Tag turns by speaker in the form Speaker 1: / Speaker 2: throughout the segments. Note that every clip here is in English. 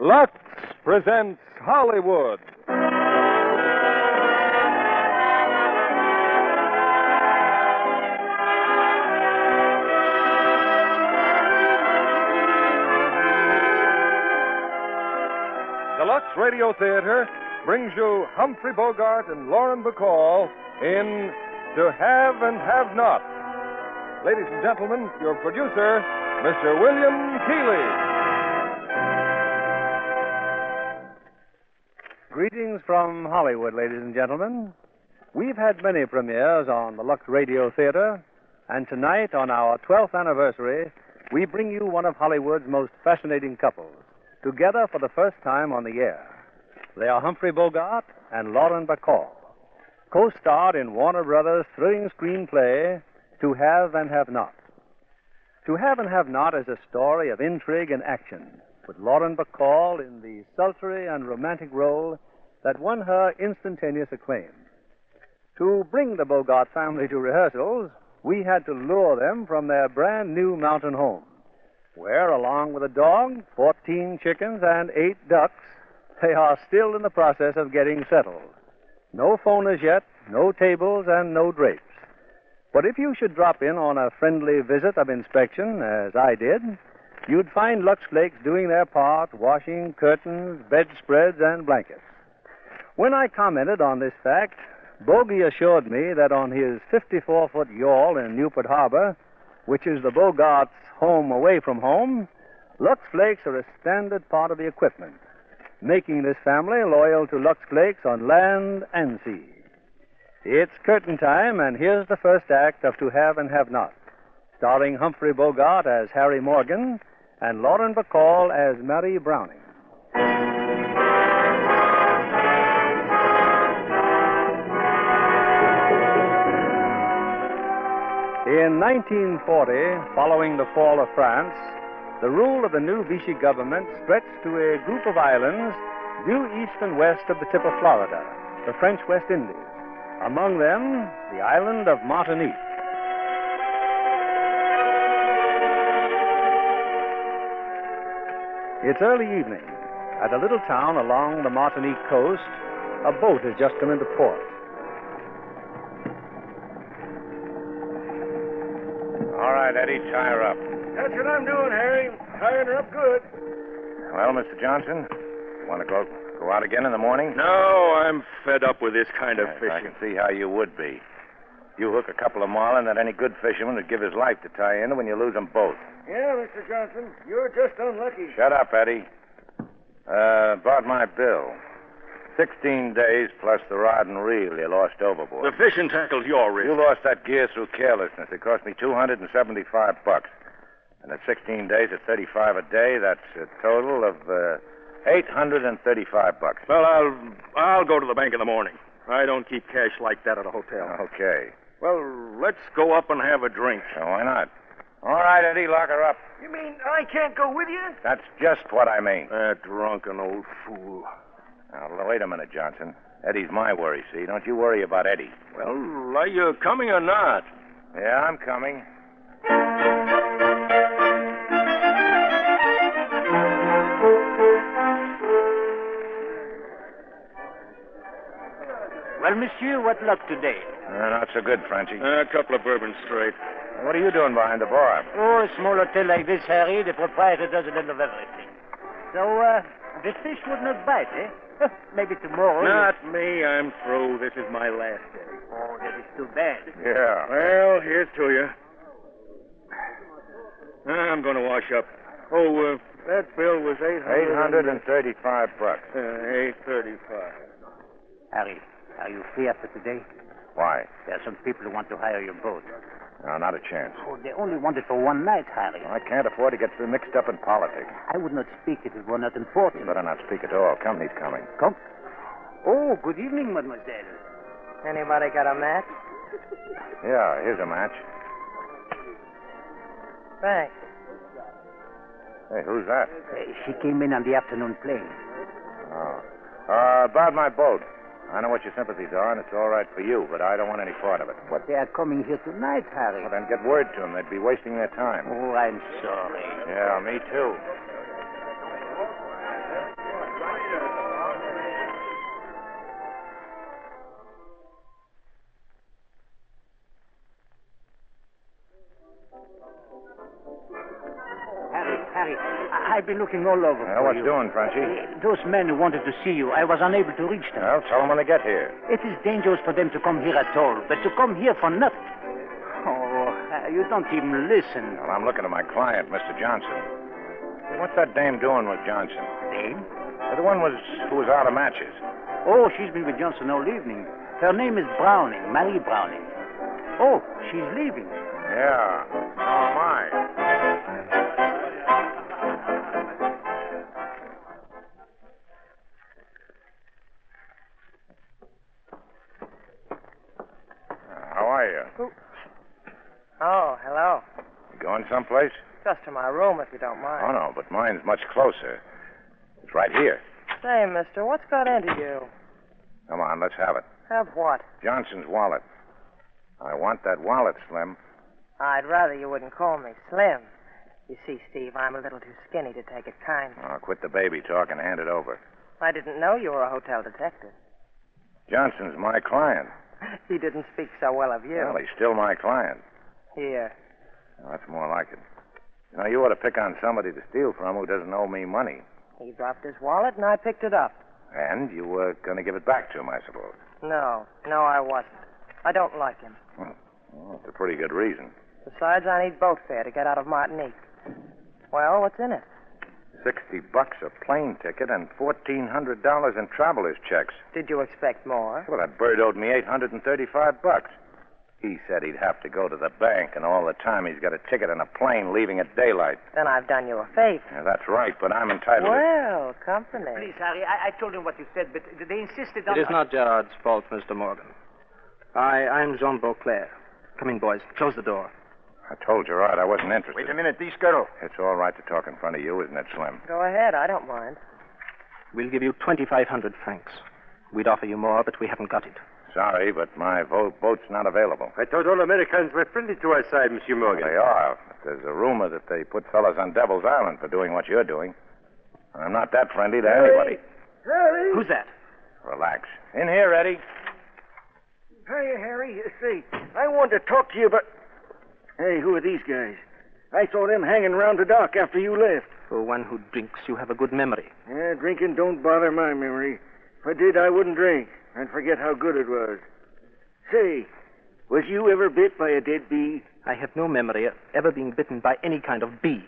Speaker 1: Lux presents Hollywood. The Lux Radio Theater brings you Humphrey Bogart and Lauren Bacall in To Have and Have Not. Ladies and gentlemen, your producer, Mr. William Keeley.
Speaker 2: Greetings from Hollywood, ladies and gentlemen. We've had many premieres on the Lux Radio Theater, and tonight, on our 12th anniversary, we bring you one of Hollywood's most fascinating couples, together for the first time on the air. They are Humphrey Bogart and Lauren Bacall, co starred in Warner Brothers' thrilling screenplay, To Have and Have Not. To Have and Have Not is a story of intrigue and action, with Lauren Bacall in the sultry and romantic role that won her instantaneous acclaim. To bring the Bogart family to rehearsals, we had to lure them from their brand new mountain home, where, along with a dog, 14 chickens, and eight ducks, they are still in the process of getting settled. No phone as yet, no tables, and no drapes. But if you should drop in on a friendly visit of inspection, as I did, you'd find Lux Flakes doing their part, washing curtains, bedspreads, and blankets. When I commented on this fact, Bogey assured me that on his 54 foot yawl in Newport Harbor, which is the Bogart's home away from home, Lux Flakes are a standard part of the equipment, making this family loyal to Lux Flakes on land and sea. It's curtain time, and here's the first act of To Have and Have Not, starring Humphrey Bogart as Harry Morgan and Lauren Bacall as Mary Browning. In 1940, following the fall of France, the rule of the new Vichy government stretched to a group of islands due east and west of the tip of Florida, the French West Indies. Among them, the island of Martinique. It's early evening. At a little town along the Martinique coast, a boat has just come into port.
Speaker 3: All right, Eddie, tie her up.
Speaker 4: That's what I'm doing, Harry. Tying her up good.
Speaker 3: Well, Mr. Johnson, you want to go go out again in the morning?
Speaker 5: No, I'm fed up with this kind of
Speaker 3: Yes, I
Speaker 5: fishing.
Speaker 3: can see how you would be. You hook a couple of marlin that any good fisherman would give his life to tie in when you lose them both.
Speaker 4: Yeah, Mr. Johnson, you're just unlucky.
Speaker 3: Shut up, Eddie. Uh, brought my bill. Sixteen days plus the rod and reel you lost overboard.
Speaker 5: The fishing tackle's your wrist.
Speaker 3: You lost that gear through carelessness. It cost me two hundred and seventy-five bucks, and at sixteen days at thirty-five a day, that's a total of uh, eight hundred and thirty-five bucks.
Speaker 5: Well, I'll I'll go to the bank in the morning. I don't keep cash like that at a hotel.
Speaker 3: Okay.
Speaker 5: Well, let's go up and have a drink.
Speaker 3: So why not? All right, Eddie, lock her up.
Speaker 4: You mean I can't go with you?
Speaker 3: That's just what I mean.
Speaker 5: That Ah, drunken old fool.
Speaker 3: Now, l- wait a minute, Johnson. Eddie's my worry, see? Don't you worry about Eddie.
Speaker 5: Well, are you coming or not?
Speaker 3: Yeah, I'm coming.
Speaker 6: Well, monsieur, what luck today?
Speaker 3: Uh, not so good, Frenchie.
Speaker 5: A couple of bourbons straight.
Speaker 3: What are you doing behind the bar?
Speaker 6: Oh, a small hotel like this, Harry, the proprietor does a little of everything. So, uh, the fish would not bite, eh? Maybe tomorrow.
Speaker 5: Not me. I'm through. This is my last day.
Speaker 6: Oh, that is too bad.
Speaker 3: Yeah.
Speaker 5: Well, here's to you. I'm going to wash up. Oh, uh, that bill was eight
Speaker 3: Eight hundred and thirty-five bucks.
Speaker 5: Uh, eight thirty-five.
Speaker 6: Harry, are you free after today?
Speaker 3: Why?
Speaker 6: There are some people who want to hire your boat.
Speaker 3: No, not a chance.
Speaker 6: Oh, they only want it for one night, Harry.
Speaker 3: I can't afford to get mixed up in politics.
Speaker 6: I would not speak if it were not
Speaker 3: You
Speaker 6: important.
Speaker 3: better not speak at all. Company's coming.
Speaker 6: Come. Oh, good evening, mademoiselle.
Speaker 7: Anybody got a match?
Speaker 3: Yeah, here's a match.
Speaker 7: Thanks.
Speaker 3: Hey, who's that?
Speaker 6: Uh, she came in on the afternoon plane.
Speaker 3: Oh. Uh, about my boat. I know what your sympathies are, and it's all right for you, but I don't want any part of it.
Speaker 6: But they are coming here tonight, Harry.
Speaker 3: Well, then get word to them. They'd be wasting their time.
Speaker 6: Oh, I'm sorry.
Speaker 3: Yeah, me too.
Speaker 6: Harry, Harry, I- I've been looking all over.
Speaker 3: Now,
Speaker 6: for
Speaker 3: what's
Speaker 6: you.
Speaker 3: doing, Frenchie?
Speaker 6: Uh, Those men who wanted to see you, I was unable to reach them.
Speaker 3: Well, tell them when they get here.
Speaker 6: It is dangerous for them to come here at all, but to come here for nothing. Oh, uh, you don't even listen.
Speaker 3: Well, I'm looking at my client, Mr. Johnson. Hey, What's that dame doing with Johnson?
Speaker 6: Dame?
Speaker 3: The one was who was out of matches.
Speaker 6: Oh, she's been with Johnson all evening. Her name is Browning, Marie Browning. Oh, she's leaving.
Speaker 3: Yeah. So am I. How are you?
Speaker 7: Oh, hello.
Speaker 3: You Going someplace?
Speaker 7: Just to my room, if you don't
Speaker 3: Oh,
Speaker 7: mind.
Speaker 3: no, but mine's much closer. It's right here.
Speaker 7: Say, mister, what's got into you?
Speaker 3: Come on, let's have it.
Speaker 7: Have what?
Speaker 3: Johnson's wallet. I want that wallet, Slim.
Speaker 7: I'd rather you wouldn't call me slim. You see, Steve, I'm a little too skinny to take it kind.
Speaker 3: Oh, quit the baby talk and hand it over.
Speaker 7: I didn't know you were a hotel detective.
Speaker 3: Johnson's my client.
Speaker 7: He didn't speak so well of you.
Speaker 3: Well, he's still my client.
Speaker 7: Here.
Speaker 3: Well, that's more like it. You know, you ought to pick on somebody to steal from who doesn't owe me money.
Speaker 7: He dropped his wallet and I picked it up.
Speaker 3: And you were going to give it back to him, I suppose.
Speaker 7: No, no, I wasn't. I don't like him.
Speaker 3: Well, that's a pretty good reason.
Speaker 7: Besides, I need boat fare to get out of Martinique. Well, what's in it?
Speaker 3: Sixty bucks a plane ticket and fourteen hundred dollars in traveler's checks.
Speaker 7: Did you expect more?
Speaker 3: Well, that bird owed me eight hundred and thirty-five bucks. He said he'd have to go to the bank, and all the time he's got a ticket on a plane leaving at daylight.
Speaker 7: Then I've done you a favor.
Speaker 3: Now, that's right, but I'm entitled. to-
Speaker 7: Well, company.
Speaker 6: Please, Harry, I, I told them what you said, but they insisted on.
Speaker 8: It is not Gerard's fault, Mr. Morgan. I, I'm Jean Beauclair. Come in, boys. Close the door.
Speaker 3: I told Gerard I wasn't interested.
Speaker 6: Wait a minute, these girls.
Speaker 3: It's all right to talk in front of you, isn't it, Slim?
Speaker 7: Go ahead, I don't mind.
Speaker 8: We'll give you 2,500 francs. We'd offer you more, but we haven't got it.
Speaker 3: Sorry, but my vo- boat's not available.
Speaker 5: I thought all Americans were friendly to our side, Monsieur Morgan.
Speaker 3: They are. But there's a rumor that they put fellas on Devil's Island for doing what you're doing. I'm not that friendly to anybody.
Speaker 4: Harry!
Speaker 8: Who's that?
Speaker 3: Relax. In here, Eddie.
Speaker 4: Hiya, Harry. You see, I wanted to talk to you about. Hey, who are these guys? I saw them hanging around the dock after you left.
Speaker 8: For one who drinks, you have a good memory.
Speaker 4: Yeah, drinking don't bother my memory. If I did, I wouldn't drink. I'd forget how good it was. Say, was you ever bit by a dead bee?
Speaker 8: I have no memory of ever being bitten by any kind of bee.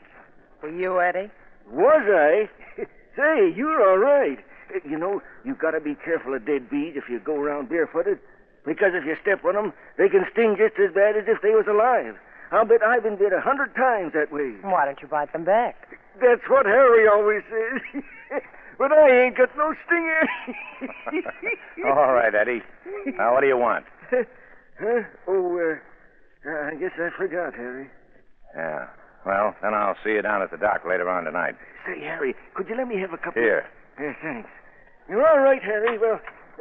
Speaker 7: Were you, Eddie?
Speaker 4: Was I? Say, you're all right. Uh, You know, you've got to be careful of dead bees if you go around barefooted, because if you step on them, they can sting just as bad as if they was alive. I'll bet I've been bit a hundred times that way.
Speaker 7: Why don't you bite them back?
Speaker 4: That's what Harry always says. but I ain't got no stinger.
Speaker 3: all right, Eddie. Now, what do you want?
Speaker 4: huh? Oh, uh, uh, I guess I forgot, Harry.
Speaker 3: Yeah. Well, then I'll see you down at the dock later on tonight.
Speaker 4: Say, Harry, could you let me have a cup
Speaker 3: Here.
Speaker 4: of... Here. thanks. You're all right, Harry. Well,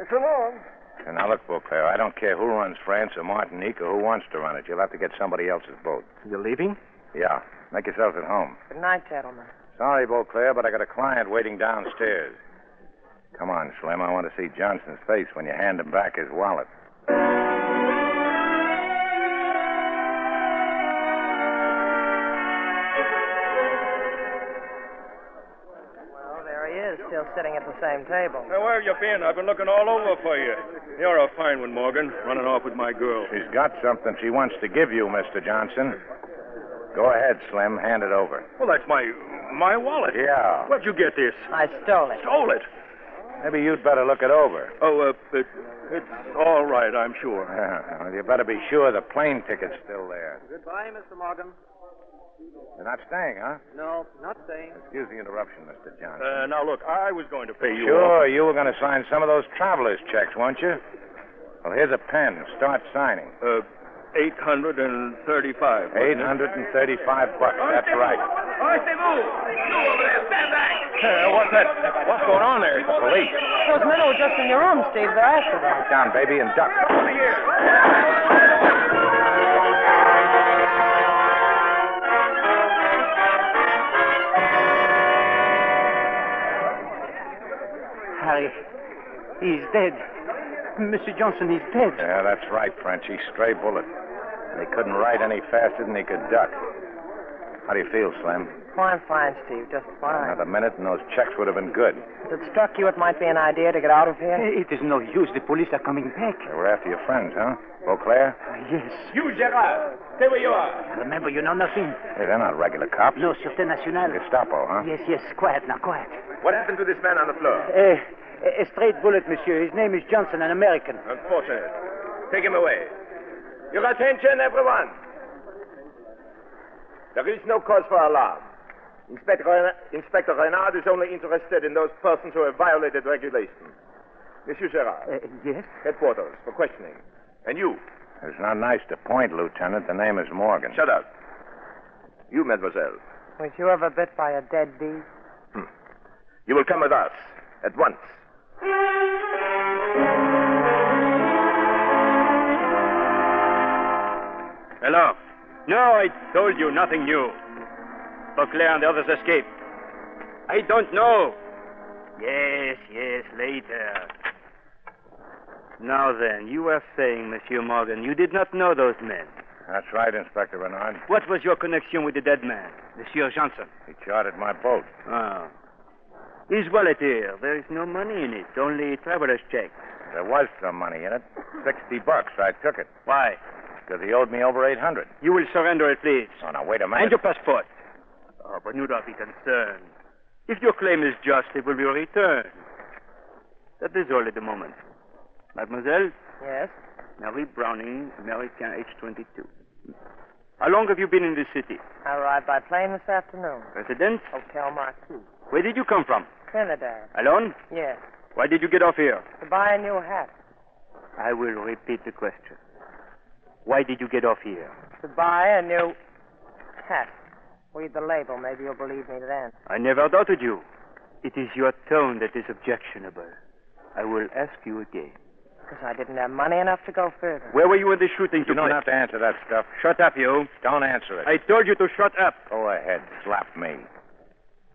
Speaker 4: so long.
Speaker 3: And now look, Beauclair, I don't care who runs France or Martinique or who wants to run it. You'll have to get somebody else's boat.
Speaker 8: You're leaving?
Speaker 3: Yeah. Make yourselves at home.
Speaker 7: Good night, gentlemen.
Speaker 3: Sorry, Beauclair, but I got a client waiting downstairs. Come on, Slim. I want to see Johnson's face when you hand him back his wallet.
Speaker 7: Oh, is still sitting at the same table.
Speaker 5: Now, where have you been? I've been looking all over for you. You're a fine one, Morgan, running off with my girl.
Speaker 3: She's got something she wants to give you, Mr. Johnson. Go ahead, Slim. Hand it over.
Speaker 5: Well, that's my my wallet.
Speaker 3: Yeah.
Speaker 5: Where'd you get this?
Speaker 7: I stole it.
Speaker 5: Stole it?
Speaker 3: Maybe you'd better look it over.
Speaker 5: Oh, uh, it, it's all right, I'm sure.
Speaker 3: Yeah, well, you better be sure the plane ticket's still there.
Speaker 8: Goodbye, Mr. Morgan.
Speaker 3: You're not staying, huh?
Speaker 8: No, not staying.
Speaker 3: Excuse the interruption, Mr. Johnson.
Speaker 5: Uh, now, look, I was going to pay you
Speaker 3: sure,
Speaker 5: off.
Speaker 3: you were going to sign some of those traveler's checks, weren't you? Well, here's a pen. Start signing.
Speaker 5: Uh, 835. wasn't it?
Speaker 3: 835 bucks. That's right. Uh,
Speaker 5: Hey, what's that? What's going on there?
Speaker 3: The police.
Speaker 7: Those men were just in your room, Steve. They're after them.
Speaker 3: Sit down, baby, and duck.
Speaker 6: Harry, he's dead. Mr. Johnson, he's dead.
Speaker 3: Yeah, that's right, Frenchie. Stray bullet. And he couldn't ride any faster than he could duck. How do you feel, Slim?
Speaker 7: Fine, fine, Steve. Just fine.
Speaker 3: Another minute, and those checks would have been good.
Speaker 7: Has it struck you it might be an idea to get out of here?
Speaker 6: It is no use. The police are coming back.
Speaker 3: They were after your friends, huh? Beauclair?
Speaker 6: Yes.
Speaker 5: You, Gerard. Stay where you are.
Speaker 6: Remember, you know nothing.
Speaker 3: Hey, they're not regular cops.
Speaker 6: No, Sûreté Nationale.
Speaker 3: Gestapo, huh?
Speaker 6: Yes, yes. Quiet now, quiet.
Speaker 5: What happened to this man on the floor?
Speaker 6: Uh, a straight bullet, monsieur. His name is Johnson, an American.
Speaker 5: Unfortunate. Take him away. Your attention, everyone. There is no cause for alarm. Inspector, Rena- Inspector Renard is only interested in those persons who have violated regulations. Monsieur Gerard,
Speaker 6: Uh, yes?
Speaker 5: headquarters for questioning. And you,
Speaker 3: It's not nice to point, Lieutenant. The name is Morgan.
Speaker 5: shut up. You, mademoiselle,
Speaker 7: Was you ever bit by a dead bee?
Speaker 5: you will come with us at once. Hello. No, I told you nothing new. Beauclair and the others escaped. I don't know.
Speaker 8: Yes, yes, later. Now then, you are saying, Monsieur Morgan, you did not know those men.
Speaker 3: That's right, Inspector Renard.
Speaker 8: What was your connection with the dead man, Monsieur Johnson?
Speaker 3: He chartered my boat.
Speaker 8: Oh. His wallet here. There is no money in it, only traveler's check.
Speaker 3: There was some money in it. Sixty bucks. I took it
Speaker 8: Why?
Speaker 3: because he owed me over eight hundred.
Speaker 8: You will surrender it, please.
Speaker 3: Oh, now wait a
Speaker 8: And
Speaker 3: minute.
Speaker 8: your passport. Oh, but you don't be concerned. If your claim is just, it will be returned. That is all at the moment. Mademoiselle,
Speaker 7: Yes.
Speaker 8: Mary Browning, American, age 22. How long have you been in this city?
Speaker 7: I arrived by plane this afternoon.
Speaker 8: Residence?
Speaker 7: Hotel Marquis.
Speaker 8: Where did you come from?
Speaker 7: Trinidad.
Speaker 8: Alone?
Speaker 7: Yes.
Speaker 8: Why did you get off here?
Speaker 7: To buy a new hat.
Speaker 8: I will repeat the question. Why did you get off here?
Speaker 7: To buy a new hat. Read the label. Maybe you'll believe me then.
Speaker 8: I never doubted you. It is your tone that is objectionable. I will ask you again.
Speaker 7: Because I didn't have money enough to go further.
Speaker 8: Where were you when the shooting
Speaker 3: You
Speaker 8: took
Speaker 3: don't
Speaker 8: place?
Speaker 3: have to answer that stuff.
Speaker 8: Shut up, you.
Speaker 3: Don't answer it.
Speaker 8: I told you to shut up.
Speaker 3: Go ahead. Slap me.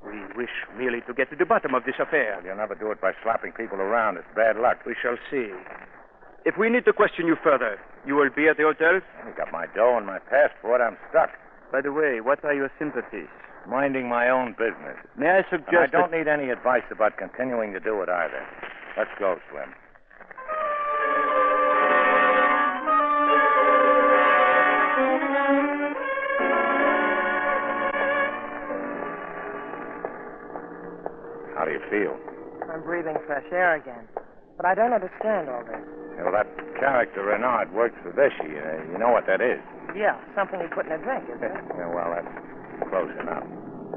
Speaker 8: We wish merely to get to the bottom of this affair.
Speaker 3: You'll never do it by slapping people around. It's bad luck.
Speaker 8: We shall see. If we need to question you further, you will be at the hotel?
Speaker 3: You got my dough and my passport. I'm stuck.
Speaker 8: By the way, what are your sympathies?
Speaker 3: Minding my own business.
Speaker 8: May I
Speaker 3: And I
Speaker 8: suggest
Speaker 3: don't need any advice about continuing to do it either. Let's go, Slim. How do you feel?
Speaker 7: I'm breathing fresh air again. But I don't understand all this.
Speaker 3: Well, that character Renard works for Vichy. Uh, you know what that is.
Speaker 7: Yeah, something you put in a drink, isn't it?
Speaker 3: Yeah, well, that's close enough.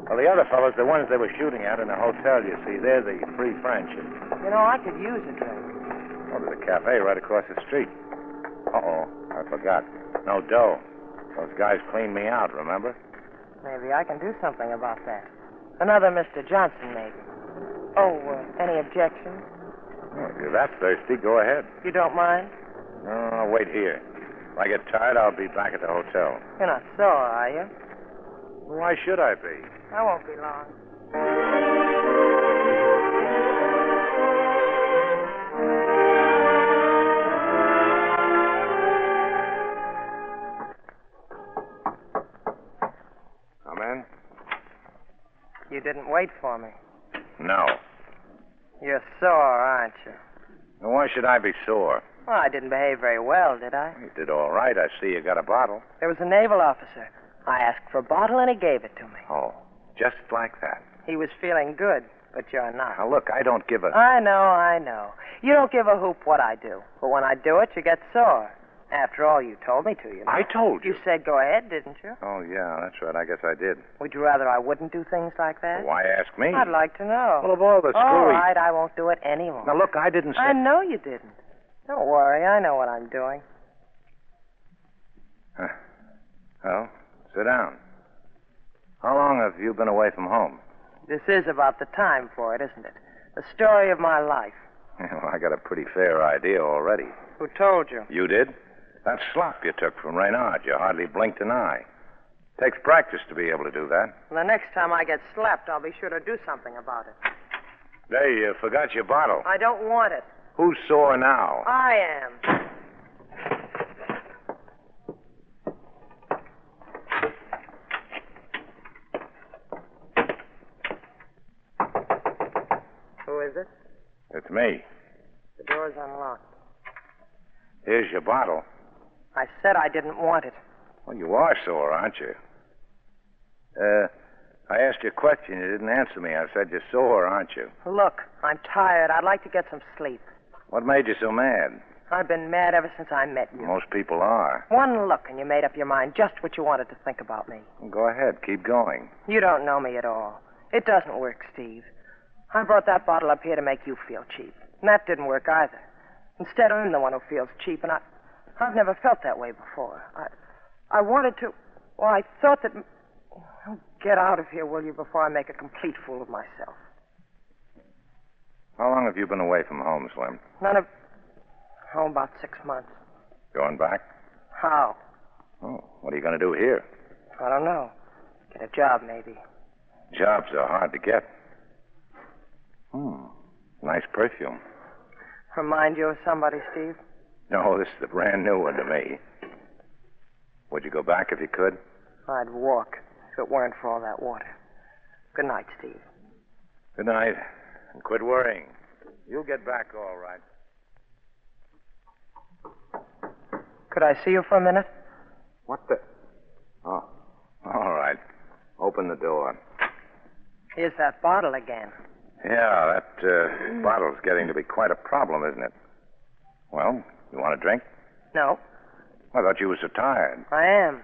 Speaker 3: Well, the other fellows, the ones they were shooting at in the hotel, you see, they're the Free French.
Speaker 7: You know, I could use a drink.
Speaker 3: Oh, there's a cafe right across the street. Uh-oh, I forgot. No dough. Those guys cleaned me out, remember?
Speaker 7: Maybe I can do something about that. Another Mr. Johnson, maybe. Oh, uh, any objections?
Speaker 3: Oh, if you're that thirsty, go ahead.
Speaker 7: You don't mind?
Speaker 3: No, no, no, wait here. If I get tired, I'll be back at the hotel.
Speaker 7: You're not sore, are you?
Speaker 3: Why should I be?
Speaker 7: I won't be long.
Speaker 3: Come in?
Speaker 7: You didn't wait for me.
Speaker 3: No.
Speaker 7: You're sore, aren't you?
Speaker 3: Now, why should I be sore?
Speaker 7: Well, I didn't behave very well, did I?
Speaker 3: You did all right. I see you got a bottle.
Speaker 7: There was a naval officer. I asked for a bottle, and he gave it to me.
Speaker 3: Oh, just like that.
Speaker 7: He was feeling good, but you're not.
Speaker 3: Now, look, I don't give a.
Speaker 7: I know, I know. You don't give a hoop what I do, but when I do it, you get sore. After all, you told me to, you know.
Speaker 3: I told you.
Speaker 7: You said go ahead, didn't you?
Speaker 3: Oh, yeah, that's right. I guess I did.
Speaker 7: Would you rather I wouldn't do things like that?
Speaker 3: Why ask me?
Speaker 7: I'd like to know.
Speaker 3: Well, of Oh. all the
Speaker 7: All
Speaker 3: screwy-
Speaker 7: right, I won't do it anymore.
Speaker 3: Now, look, I didn't say.
Speaker 7: I know you didn't. Don't worry, I know what I'm doing.
Speaker 3: Huh. Well, sit down. How long have you been away from home?
Speaker 7: This is about the time for it, isn't it? The story of my life.
Speaker 3: Well, I got a pretty fair idea already.
Speaker 7: Who told you?
Speaker 3: You did? That slop you took from Reynard, you hardly blinked an eye. Takes practice to be able to do that.
Speaker 7: The next time I get slapped, I'll be sure to do something about it.
Speaker 3: Hey, you forgot your bottle.
Speaker 7: I don't want it.
Speaker 3: Who's sore now?
Speaker 7: I am. Who is it?
Speaker 3: It's me.
Speaker 7: The door's unlocked.
Speaker 3: Here's your bottle.
Speaker 7: I said I didn't want it.
Speaker 3: Well, you are sore, aren't you? Uh, I asked you a question. You didn't answer me. I said you're sore, aren't you?
Speaker 7: Look, I'm tired. I'd like to get some sleep.
Speaker 3: What made you so mad?
Speaker 7: I've been mad ever since I met you.
Speaker 3: Most people are.
Speaker 7: One look and you made up your mind just what you wanted to think about me.
Speaker 3: Go ahead. Keep going.
Speaker 7: You don't know me at all. It doesn't work, Steve. I brought that bottle up here to make you feel cheap. And that didn't work either. Instead, I'm the one who feels cheap, and I, I've never felt that way before. I, I wanted to. Well, I thought that. Oh, get out of here, will you, before I make a complete fool of myself.
Speaker 3: How long have you been away from home, Slim?
Speaker 7: None of. Oh, about six months.
Speaker 3: Going back?
Speaker 7: How?
Speaker 3: Oh, what are you going to do here?
Speaker 7: I don't know. Get a job, maybe.
Speaker 3: Jobs are hard to get. Hmm. Nice perfume.
Speaker 7: Remind you of somebody, Steve?
Speaker 3: No, this is a brand new one to me. Would you go back if you could?
Speaker 7: I'd walk if it weren't for all that water. Good night, Steve.
Speaker 3: Good night. And quit worrying. You'll get back all right.
Speaker 7: Could I see you for a minute?
Speaker 3: What the? Oh, all right. Open the door.
Speaker 7: Here's that bottle again.
Speaker 3: Yeah, that uh, bottle's getting to be quite a problem, isn't it? Well, you want a drink?
Speaker 7: No,
Speaker 3: I thought you were so tired.
Speaker 7: I am.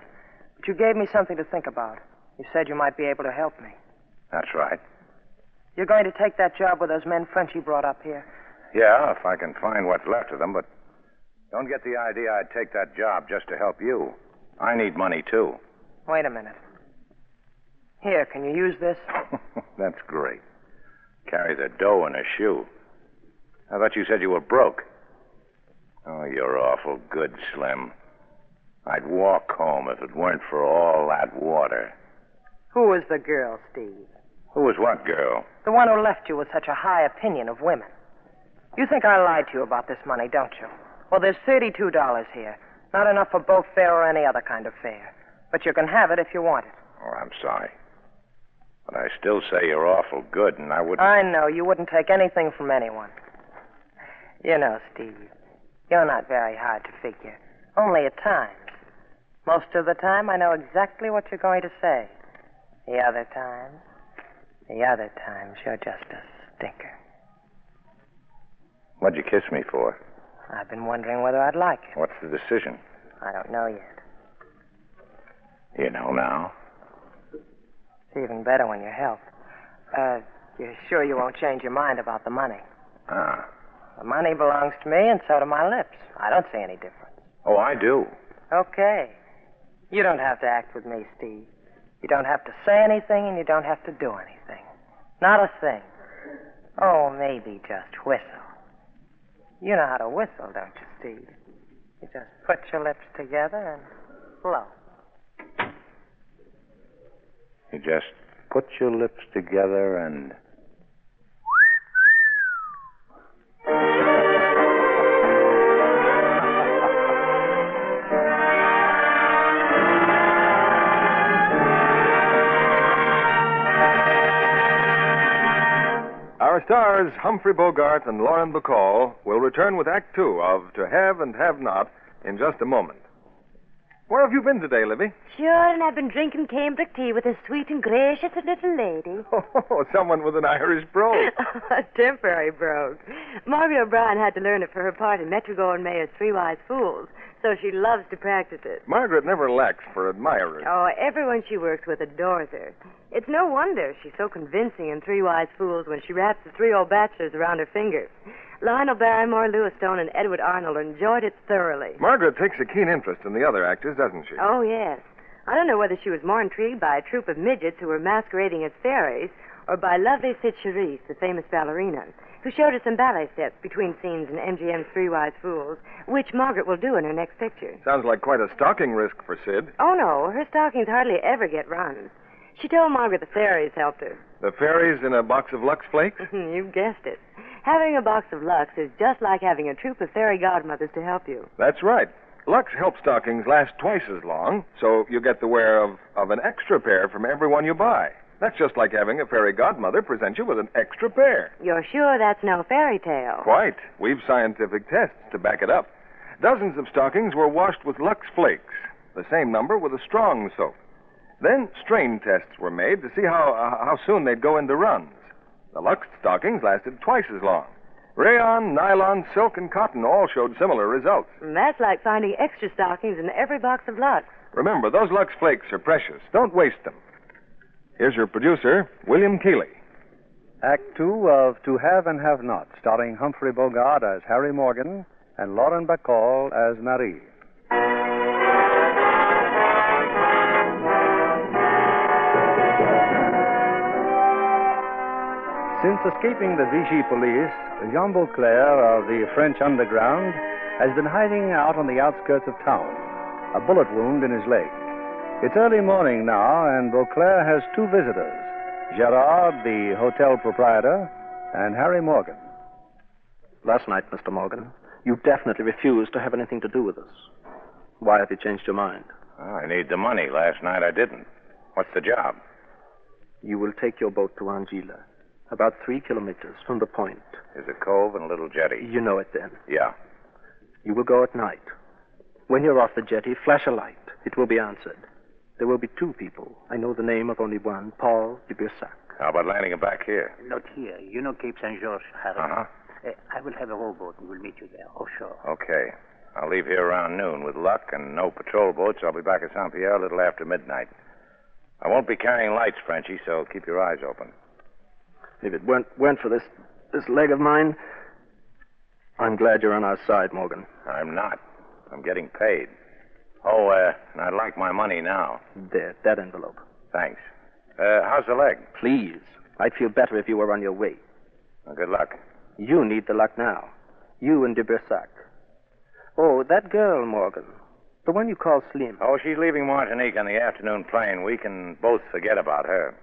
Speaker 7: But you gave me something to think about. You said you might be able to help me.
Speaker 3: That's right.
Speaker 7: You're going to take that job with those men Frenchie brought up here.
Speaker 3: Yeah, if I can find what's left of them, but don't get the idea I'd take that job just to help you. I need money, too.
Speaker 7: Wait a minute. Here, can you use this?
Speaker 3: That's great. Carries a dough in a shoe. I thought you said you were broke. Oh, you're awful good, Slim. I'd walk home if it weren't for all that water.
Speaker 7: Who was the girl, Steve?
Speaker 3: Who was what girl?
Speaker 7: The one who left you with such a high opinion of women. You think I lied to you about this money, don't you? Well, there's $32 here. Not enough for both fare or any other kind of fare. But you can have it if you want it.
Speaker 3: Oh, I'm sorry. But I still say you're awful good, and I wouldn't.
Speaker 7: I know you wouldn't take anything from anyone. You know, Steve, you're not very hard to figure. Only at times. Most of the time, I know exactly what you're going to say. The other times, the other times, you're just a stinker.
Speaker 3: What'd you kiss me for?
Speaker 7: I've been wondering whether I'd like it.
Speaker 3: What's the decision?
Speaker 7: I don't know yet.
Speaker 3: You know now.
Speaker 7: It's even better when you help. Uh, you're sure you won't change your mind about the money?
Speaker 3: Ah.
Speaker 7: The money belongs to me, and so do my lips. I don't see any difference.
Speaker 3: Oh, I do.
Speaker 7: Okay. You don't have to act with me, Steve. You don't have to say anything, and you don't have to do anything. Not a thing. Oh, maybe just whistle. You know how to whistle, don't you, Steve? You just put your lips together and blow.
Speaker 3: You just put your lips together and.
Speaker 1: Our stars, Humphrey Bogart and Lauren Bacall, will return with Act Two of To Have and Have Not in just a moment. Where have you been today, Livy?
Speaker 9: Sure, and I've been drinking cambric tea with a sweet and gracious little lady.
Speaker 1: Oh, someone with an Irish brogue.
Speaker 9: a temporary brogue. Margaret O'Brien had to learn it for her part in Metrogorn Mayor's Three Wise Fools, so she loves to practice it.
Speaker 1: Margaret never lacks for admirers.
Speaker 9: Oh, everyone she works with adores her. It's no wonder she's so convincing in Three Wise Fools when she wraps the three old bachelors around her finger. Lionel Barrymore, Lewis Stone, and Edward Arnold enjoyed it thoroughly.
Speaker 1: Margaret takes a keen interest in the other actors, doesn't she?
Speaker 9: Oh, yes. I don't know whether she was more intrigued by a troop of midgets who were masquerading as fairies or by lovely Sid Charisse, the famous ballerina, who showed us some ballet steps between scenes in MGM's Three Wise Fools, which Margaret will do in her next picture.
Speaker 1: Sounds like quite a stocking risk for Sid.
Speaker 9: Oh, no, her stockings hardly ever get run. She told Margaret the fairies helped her.
Speaker 1: The fairies in a box of Lux Flakes?
Speaker 9: You've guessed it. Having a box of Lux is just like having a troop of fairy godmothers to help you.
Speaker 1: That's right. Lux help stockings last twice as long, so you get the wear of, of an extra pair from everyone you buy. That's just like having a fairy godmother present you with an extra pair.
Speaker 9: You're sure that's no fairy tale?
Speaker 1: Quite. We've scientific tests to back it up. Dozens of stockings were washed with Lux Flakes, the same number with a strong soap. Then strain tests were made to see how, uh, how soon they'd go into runs. The Lux stockings lasted twice as long. Rayon, nylon, silk, and cotton all showed similar results.
Speaker 9: Mm, That's like finding extra stockings in every box of Lux.
Speaker 1: Remember, those Lux Flakes are precious. Don't waste them. Here's your producer, William Keeley.
Speaker 2: Act two of To Have and Have Not, starring Humphrey Bogart as Harry Morgan and Lauren Bacall as Marie. Since escaping the Vichy police, Jean Beauclair of the French underground has been hiding out on the outskirts of town, a bullet wound in his leg. It's early morning now, and Beauclair has two visitors Gerard, the hotel proprietor, and Harry Morgan.
Speaker 10: Last night, Mr. Morgan, you definitely refused to have anything to do with us. Why have you changed your mind?
Speaker 3: Well, ah, I need the money. Last night I didn't. What's the job?
Speaker 10: You will take your boat to Angela, about three kilometers from the point.
Speaker 3: There's a cove and a little jetty.
Speaker 10: You know it then.
Speaker 3: Yeah.
Speaker 10: You will go at night. When you're off the jetty, flash a light. It will be answered. There will be two people. I know the name of only one, Paul de Bursac.
Speaker 3: How about landing it back here?
Speaker 11: Not here. You know Cape Saint George, Harry.
Speaker 3: Uh-huh.
Speaker 6: Eh,
Speaker 11: Uh, I will have a rowboat and we'll meet you there,
Speaker 6: oh,
Speaker 11: offshore.
Speaker 3: Okay. I'll leave here around noon. With luck and no patrol boats, I'll be back at Saint Pierre a little after midnight. I won't be carrying lights, Frenchy, so keep your eyes open.
Speaker 10: If it weren't, weren't for this, this leg of mine, I'm glad you're on our side, Morgan.
Speaker 3: I'm not. I'm getting paid. Oh, uh, and I'd like my money now.
Speaker 10: There, that envelope.
Speaker 3: Thanks. Uh, how's the leg?
Speaker 10: Please. I'd feel better if you were on your way.
Speaker 3: Well, good luck.
Speaker 10: You need the luck now. You and de Bersac. Oh, that girl, Morgan. The one you call Slim.
Speaker 3: Oh, she's leaving Martinique on the afternoon plane. We can both forget about her.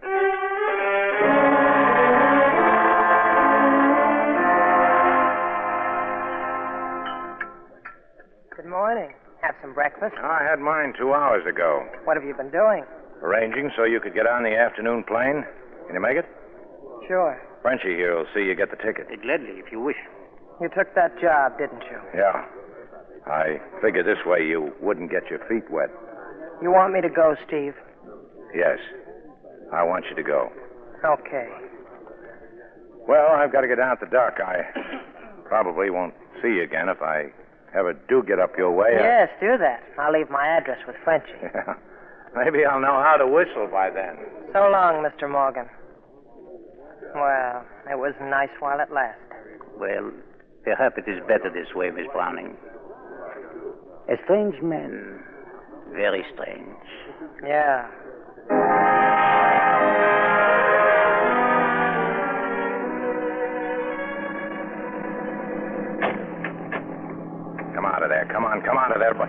Speaker 7: Good morning. Have some breakfast.
Speaker 3: I had mine two hours ago.
Speaker 7: What have you been doing?
Speaker 3: Arranging so you could get on the afternoon plane. Can you make it?
Speaker 7: Sure.
Speaker 3: Frenchy here will see you get the ticket.
Speaker 11: Gladly, if you wish.
Speaker 7: You took that job, didn't you?
Speaker 3: Yeah. I figure this way you wouldn't get your feet wet.
Speaker 7: You want me to go, Steve?
Speaker 3: Yes. I want you to go.
Speaker 7: Okay.
Speaker 3: Well, I've got to get out the dock. I probably won't see you again if I ever do get up your way. I-
Speaker 7: Yes, do that. I'll leave my address with Frenchy.
Speaker 3: Yeah. Uh, Maybe I'll know how to whistle by then.
Speaker 7: So long, Mr. Morgan. Well, it was nice while it lasted.
Speaker 11: Well, perhaps it is better this way, Miss Browning. A strange man. Very strange.
Speaker 7: Yeah.
Speaker 3: Come out of there. Come on, come out of there. But...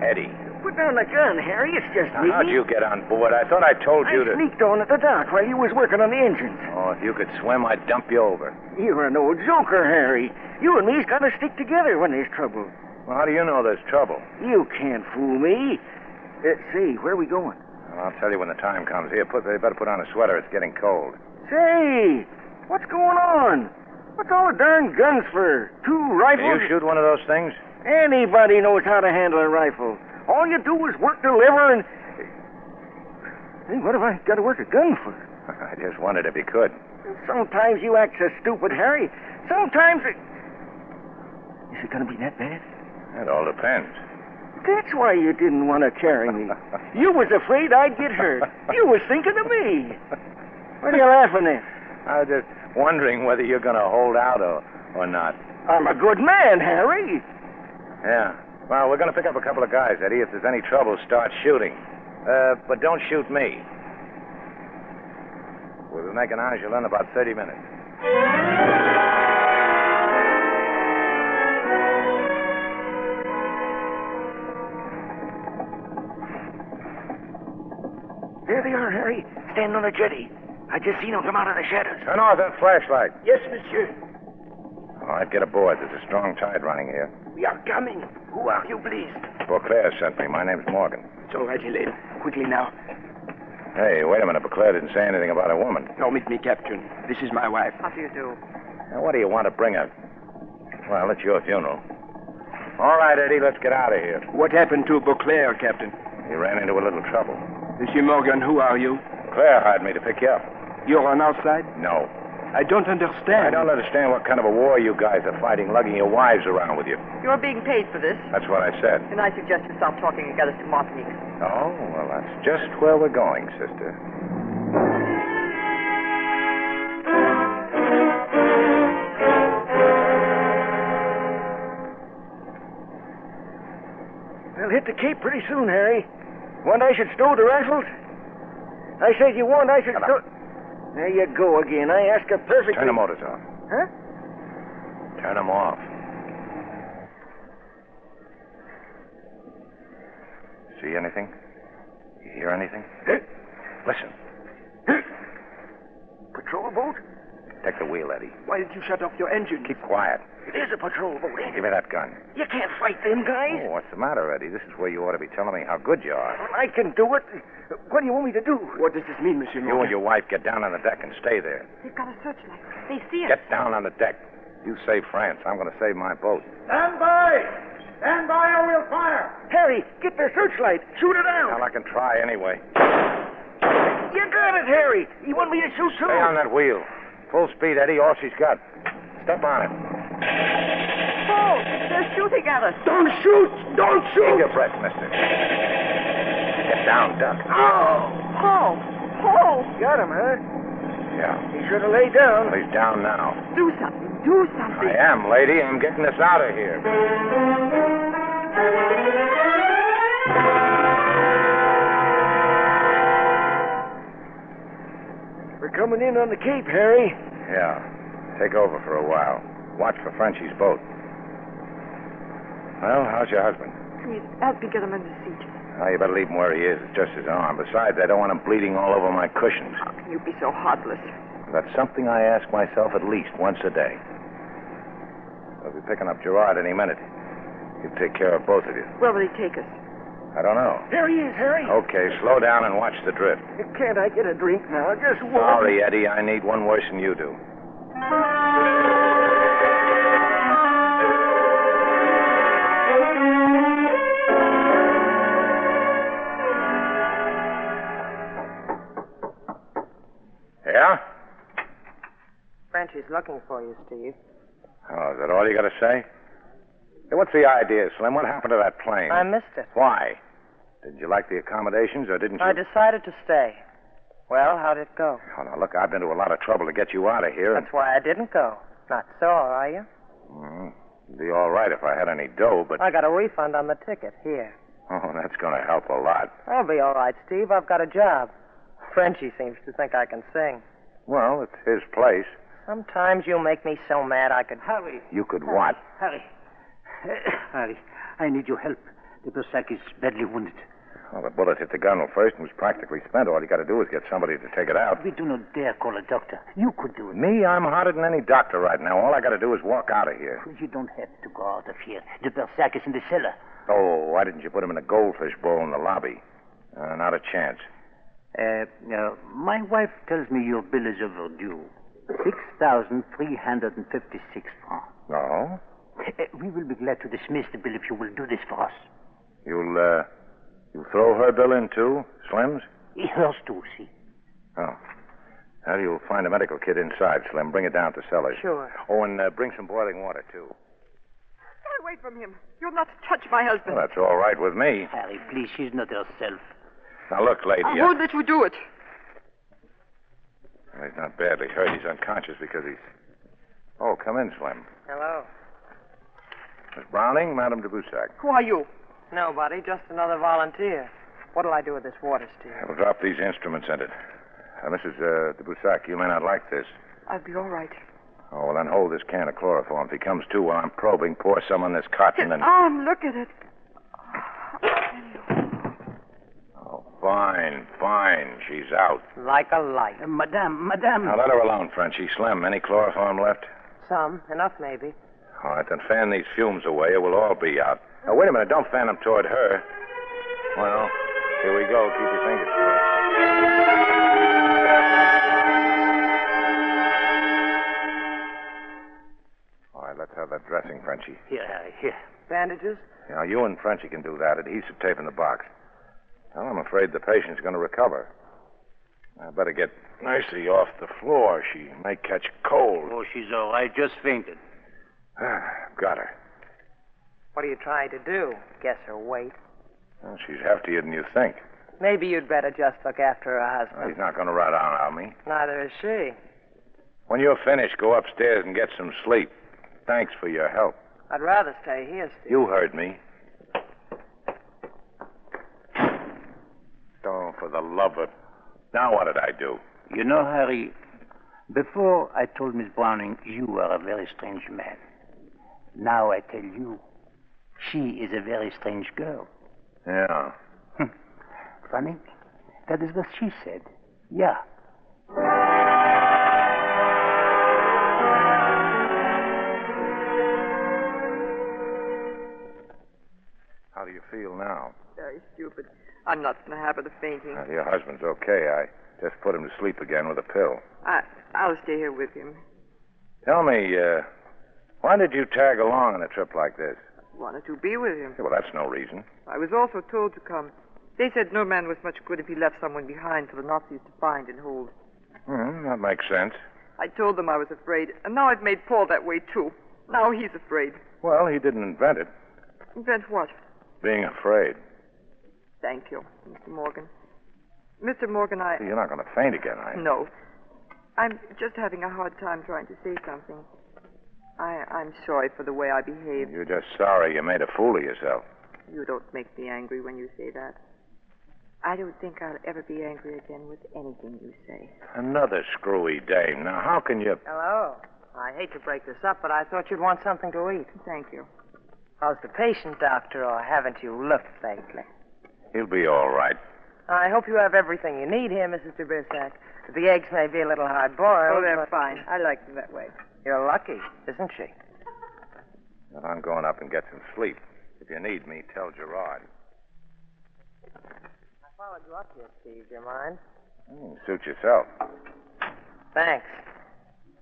Speaker 3: Eddie,
Speaker 4: Put down the gun, Harry. It's just
Speaker 3: now,
Speaker 4: me.
Speaker 3: how'd you get on board? I thought I told
Speaker 4: I
Speaker 3: you to.
Speaker 4: sneaked on at the dock while you was working on the engines.
Speaker 3: Oh, if you could swim, I'd dump you over.
Speaker 4: You're an old joker, Harry. You and me's gotta stick together when there's trouble.
Speaker 3: Well, how do you know there's trouble?
Speaker 4: You can't fool me. Let's see, where are we going?
Speaker 3: Well, I'll tell you when the time comes. Here, put, better put on a sweater. It's getting cold.
Speaker 4: Say, What's going on? What's all the darn guns for? Two
Speaker 3: Can
Speaker 4: rifles?
Speaker 3: you shoot one of those things?
Speaker 4: Anybody knows how to handle a rifle. All you do is work the lever and. Hey, what have I got to work a gun for?
Speaker 3: I just wondered if you could.
Speaker 4: Sometimes you act so stupid, Harry. Sometimes it. Is it going to be that bad?
Speaker 3: It all depends.
Speaker 4: That's why you didn't want to carry me. You was afraid I'd get hurt. You was thinking of me. What are you laughing at?
Speaker 3: I was just wondering whether you're going to hold out or, or not.
Speaker 4: I'm a good man, Harry.
Speaker 3: Yeah. Well, we're going to pick up a couple of guys, Eddie. If there's any trouble, start shooting. Uh, but don't shoot me. We'll be making Angela in about 30 minutes.
Speaker 4: There they are, Harry, standing on the jetty. I just seen them come out of the shadows.
Speaker 3: Turn off that flashlight.
Speaker 4: Yes, monsieur.
Speaker 3: All right, Oh, get aboard. There's a strong tide running here.
Speaker 4: We are coming. Who are you, please?
Speaker 3: Beauclair sent me. My name's Morgan.
Speaker 4: It's all right, Helene. Quickly now.
Speaker 3: Hey, wait a minute. Beauclair didn't say anything about a woman.
Speaker 12: Permit me, Captain. This is my wife.
Speaker 7: How do you do?
Speaker 3: Now, what do you want to bring her? Well, it's your funeral. All right, Eddie, let's get out of here.
Speaker 12: What happened to Beauclair, Captain?
Speaker 3: He ran into a little trouble.
Speaker 12: Monsieur Morgan, who are you?
Speaker 3: Claire hired me to pick you up.
Speaker 12: You're on outside?
Speaker 3: No.
Speaker 12: I don't understand.
Speaker 3: I don't understand what kind of a war you guys are fighting, lugging your wives around with you.
Speaker 13: You're being paid for this,
Speaker 3: That's what I said.
Speaker 13: and I suggest you stop talking and get us to Martinique.
Speaker 3: Oh, well, that's just where we're going, sister.
Speaker 4: They'll hit the Cape pretty soon, Harry. Want I should stow the rifles? I said you want I should stow. There you go again. I ask a perfect.
Speaker 3: Turn the motors off.
Speaker 4: Huh?
Speaker 3: Turn them off. See anything? You hear anything? Eh? Listen.
Speaker 4: Patrol boat?
Speaker 3: Take the wheel, Eddie.
Speaker 4: Why did you shut off your engine?
Speaker 3: Keep quiet.
Speaker 4: It is a patrol boat, ain't
Speaker 3: Give me that gun.
Speaker 4: it? You can't fight them guys.
Speaker 3: Oh, what's the matter, Eddie? This is where you ought to be telling me how good you are.
Speaker 4: I can do it. What do you want me to do? What does this mean, Monsieur
Speaker 3: You and your wife get down on the deck and stay there.
Speaker 9: They've got a searchlight. They see us.
Speaker 3: Get down on the deck. You save France. I'm going to save my boat.
Speaker 4: Stand by! Stand by or we'll fire! Harry, get their searchlight. Shoot it out.
Speaker 3: Well, I can try anyway.
Speaker 4: You got it, Harry. You want me to shoot too?
Speaker 3: Stay on that wheel. Full speed, Eddie. All she's got. Step on it.
Speaker 13: Oh, they're shooting at us.
Speaker 3: Don't shoot! Don't shoot! Take your breath, mister. Get down, Duck.
Speaker 4: Oh!
Speaker 13: Paul, Paul,
Speaker 4: Got him, huh?
Speaker 3: Yeah.
Speaker 4: He should have laid down.
Speaker 3: Well, he's down now.
Speaker 13: do something. Do something.
Speaker 3: I am, lady. I'm getting us out of here.
Speaker 4: We're coming in on the Cape, Harry.
Speaker 3: Yeah. Take over for a while. Watch for Frenchie's boat. Well, how's your husband?
Speaker 9: Please, help me get him under the seat.
Speaker 3: Oh, you better leave him where he is. It's just his arm. Besides, I don't want him bleeding all over my cushions.
Speaker 13: How can you be so heartless?
Speaker 3: That's something I ask myself at least once a day. We'll be picking up Gerard any minute. He'll take care of both of you.
Speaker 13: Where will he take us?
Speaker 3: I don't know.
Speaker 4: There he is, Harry.
Speaker 3: Okay, slow down and watch the drift.
Speaker 4: Can't I get a drink now? Just one.
Speaker 3: Sorry, Eddie, I need one worse than you do. Yeah?
Speaker 7: Frenchie's looking for you, Steve.
Speaker 3: Oh, is that all you got to say? Hey, what's the idea, Slim? What happened to that plane?
Speaker 7: I missed it.
Speaker 3: Why? Did you like the accommodations or didn't you?
Speaker 7: I decided to stay. Well, how'd it go?
Speaker 3: Oh, now, look, I've been to a lot of trouble to get you out of here. and-
Speaker 7: That's why I didn't go. Not sore, are you?
Speaker 3: Mm, it'd be all right if I had any dough, but.
Speaker 7: I got a refund on the ticket. Here.
Speaker 3: Oh, that's going to help a lot.
Speaker 7: I'll be all right, Steve. I've got a job. Frenchie seems to think I can sing.
Speaker 3: Well, it's his place.
Speaker 7: Sometimes you make me so mad I could.
Speaker 12: Harry,
Speaker 3: You could what?
Speaker 12: Harry. Harry, I need your help. The Bersac is badly wounded.
Speaker 3: Well, the bullet hit the gun first and was practically spent. All you got to do is get somebody to take it out.
Speaker 12: We do not dare call a doctor. You could do it.
Speaker 3: Me, I'm hotter than any doctor right now. All I got to do is walk out of here.
Speaker 12: You don't have to go out of here. The Bersac is in the cellar.
Speaker 3: Oh, why didn't you put him in a goldfish bowl in the lobby? Uh, not a chance.
Speaker 12: Uh, uh, my wife tells me your bill is overdue. Six
Speaker 6: 1,356 francs.
Speaker 3: No?
Speaker 12: Uh,
Speaker 6: Eh, We will be glad to dismiss the bill if you will do this for us.
Speaker 3: You'll, uh, you throw her bill in too, Slim's?
Speaker 6: He hers too, see?
Speaker 3: Oh. Well, you'll find a medical kit inside, Slim. Bring it down to Sellers.
Speaker 7: Sure.
Speaker 3: Oh, and uh, bring some boiling water, too.
Speaker 13: Stay away from him. You're not to touch my husband.
Speaker 3: Well, that's all right with me.
Speaker 6: Harry, please, she's not herself. Oh,
Speaker 3: Now, look, lady.
Speaker 13: I
Speaker 3: uh,
Speaker 13: won't let you do it.
Speaker 3: well, he's not badly hurt. He's unconscious because he's. Oh, come in, Slim.
Speaker 7: Hello.
Speaker 3: Miss Browning, Madame de Boussac.
Speaker 7: Who are you? Nobody, just another volunteer. What'll I do with this water, Steve?
Speaker 3: We'll drop these instruments in it. Uh, Mrs. Uh, de Boussac, you may not like this.
Speaker 13: I'll be all right.
Speaker 3: Oh, well, then hold this can of chloroform. If he comes to while I'm probing, pour some on this cotton
Speaker 14: Oh.
Speaker 3: and.
Speaker 13: Arm, look at it.
Speaker 3: Oh, Fine, fine. She's out.
Speaker 7: Like a light. Uh, madame, madame.
Speaker 3: Now, let her alone, Frenchy. Slim, any chloroform left?
Speaker 7: Some, enough maybe.
Speaker 3: All right, then fan these fumes away, or we'll all be out. Now, wait a minute. Don't fan them toward her. Well, here we go. Keep your fingers crossed. All right, let's have that dressing, Frenchy.
Speaker 6: Here, Harry, here.
Speaker 7: Bandages?
Speaker 3: Now, you and Frenchy can do that. Adhesive tape in the box. Well, I'm afraid the patient's going to recover. I better get nicely off the floor. She may catch cold. Ah,
Speaker 11: Oh, she's all right. Just fainted.
Speaker 3: Got her.
Speaker 7: What are you trying to do? Guess her weight.
Speaker 3: Well, she's heftier than you think.
Speaker 7: Maybe you'd better just look after her husband.
Speaker 3: Well, he's not going to run out on me.
Speaker 7: Neither is she.
Speaker 3: When you're finished, go upstairs and get some sleep. Thanks for your help.
Speaker 7: I'd rather stay here, Steve.
Speaker 3: You heard me. Oh, for the love of. Now, what did I do?
Speaker 11: You know, Harry, before I told Miss Browning you were a very strange man. Now I tell you, she is a very strange girl.
Speaker 3: Yeah.
Speaker 11: Funny? That is what she said. Yeah.
Speaker 3: How do you feel now?
Speaker 13: Very stupid. I'm not in the habit of fainting.
Speaker 3: Uh, your husband's okay. I just put him to sleep again with a pill.
Speaker 13: I, I'll stay here with him.
Speaker 3: Tell me, uh, why did you tag along on a trip like this?
Speaker 13: Wanted to be with him.
Speaker 3: Yeah, well, that's no reason.
Speaker 13: I was also told to come. They said no man was much good if he left someone behind for the Nazis to find and hold.
Speaker 3: Hmm, that makes sense.
Speaker 13: I told them I was afraid, and now I've made Paul that way too. Now he's afraid.
Speaker 3: Well, he didn't invent it,
Speaker 13: Invent what?
Speaker 3: being afraid.
Speaker 13: Thank you, Mr. Morgan. Mr. Morgan, I.
Speaker 3: You're not going to faint again, are you?
Speaker 13: No. I'm just having a hard time trying to say something. I, I'm sorry for the way I behaved.
Speaker 3: You're just sorry you made a fool of yourself.
Speaker 13: You don't make me angry when you say that. I don't think I'll ever be angry again with anything you say.
Speaker 3: Another screwy dame. Now, how can you.
Speaker 7: Hello. I hate to break this up, but I thought you'd want something to eat.
Speaker 13: Thank you.
Speaker 7: How's the patient, Doctor, or haven't you looked lately?
Speaker 3: He'll be all right.
Speaker 7: I hope you have everything you need here, Mrs. de Brissac. The eggs may be a little hard boiled.
Speaker 13: Oh, they're
Speaker 7: but
Speaker 13: fine. I like them that way.
Speaker 7: You're lucky, isn't she?
Speaker 3: But I'm going up and get some sleep. If you need me, tell Gerard.
Speaker 7: I followed you up here, Steve. Do you mind?
Speaker 3: Hmm, suit yourself.
Speaker 7: Thanks.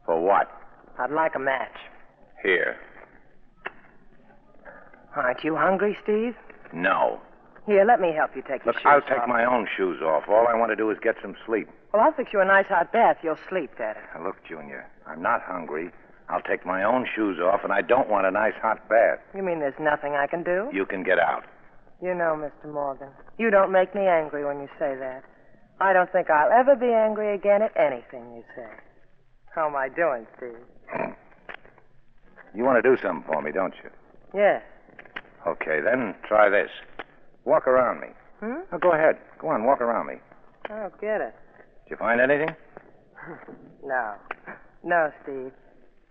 Speaker 3: For what?
Speaker 7: I'd like a match.
Speaker 3: Here.
Speaker 7: Aren't you hungry, Steve?
Speaker 3: No.
Speaker 7: Here, let me help you take your
Speaker 3: Look,
Speaker 7: shoes
Speaker 3: I'll take
Speaker 7: off.
Speaker 3: my own shoes off. All I want to do is get some sleep.
Speaker 7: Well, I'll fix you a nice hot bath. You'll sleep better.
Speaker 3: Now, look, Junior, I'm not hungry. I'll take my own shoes off, and I don't want a nice hot bath.
Speaker 7: You mean there's nothing I can do?
Speaker 3: You can get out.
Speaker 7: You know, Mr. Morgan, you don't make me angry when you say that. I don't think I'll ever be angry again at anything you say. How am I doing, Steve?
Speaker 3: You want to do something for me, don't you?
Speaker 7: Yes.
Speaker 3: Okay, then try this. Walk around me.
Speaker 7: Hmm?
Speaker 3: Now, go ahead. Go on, walk around me.
Speaker 7: I don't Oh, get it.
Speaker 3: Did you find anything?
Speaker 7: No. No, Steve.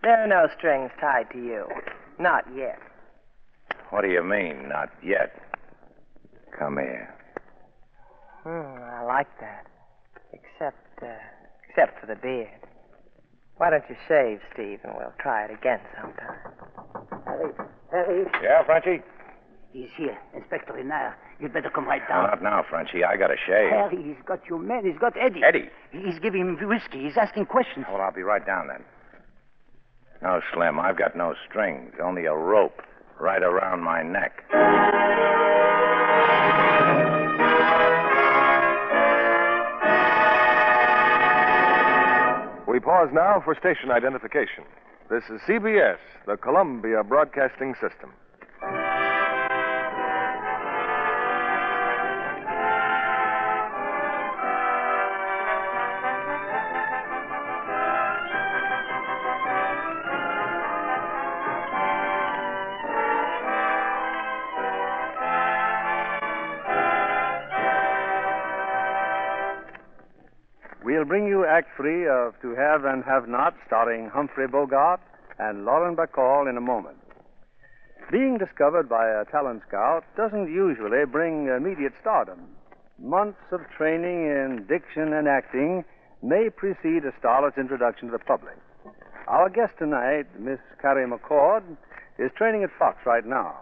Speaker 7: There are no strings tied to you. Not yet.
Speaker 3: What do you mean, not yet? Come here.
Speaker 7: Hmm, I like that. Except, uh, except for the beard. Why don't you shave, Steve, and we'll try it again sometime.
Speaker 12: Harry, Harry.
Speaker 3: Yeah, Frenchie?
Speaker 12: He's here, Inspector Renard. You'd better come right
Speaker 3: No,
Speaker 12: down.
Speaker 3: not now, Frenchie. I got to shave.
Speaker 12: Harry, he's got your man. He's got Eddie.
Speaker 3: Eddie?
Speaker 12: He's giving him whiskey. He's asking questions.
Speaker 3: Well, I'll be right down then. No, Slim, I've got no strings, only a rope right around my neck.
Speaker 1: We pause now for station identification. This is CBS, the Columbia Broadcasting System.
Speaker 2: We'll bring you Act Three of To Have and Have Not, starring Humphrey Bogart and Lauren Bacall in a moment. Being discovered by a talent scout doesn't usually bring immediate stardom. Months of training in diction and acting may precede a starlet's introduction to the public. Our guest tonight, Miss Carrie McCord, is training at Fox right now,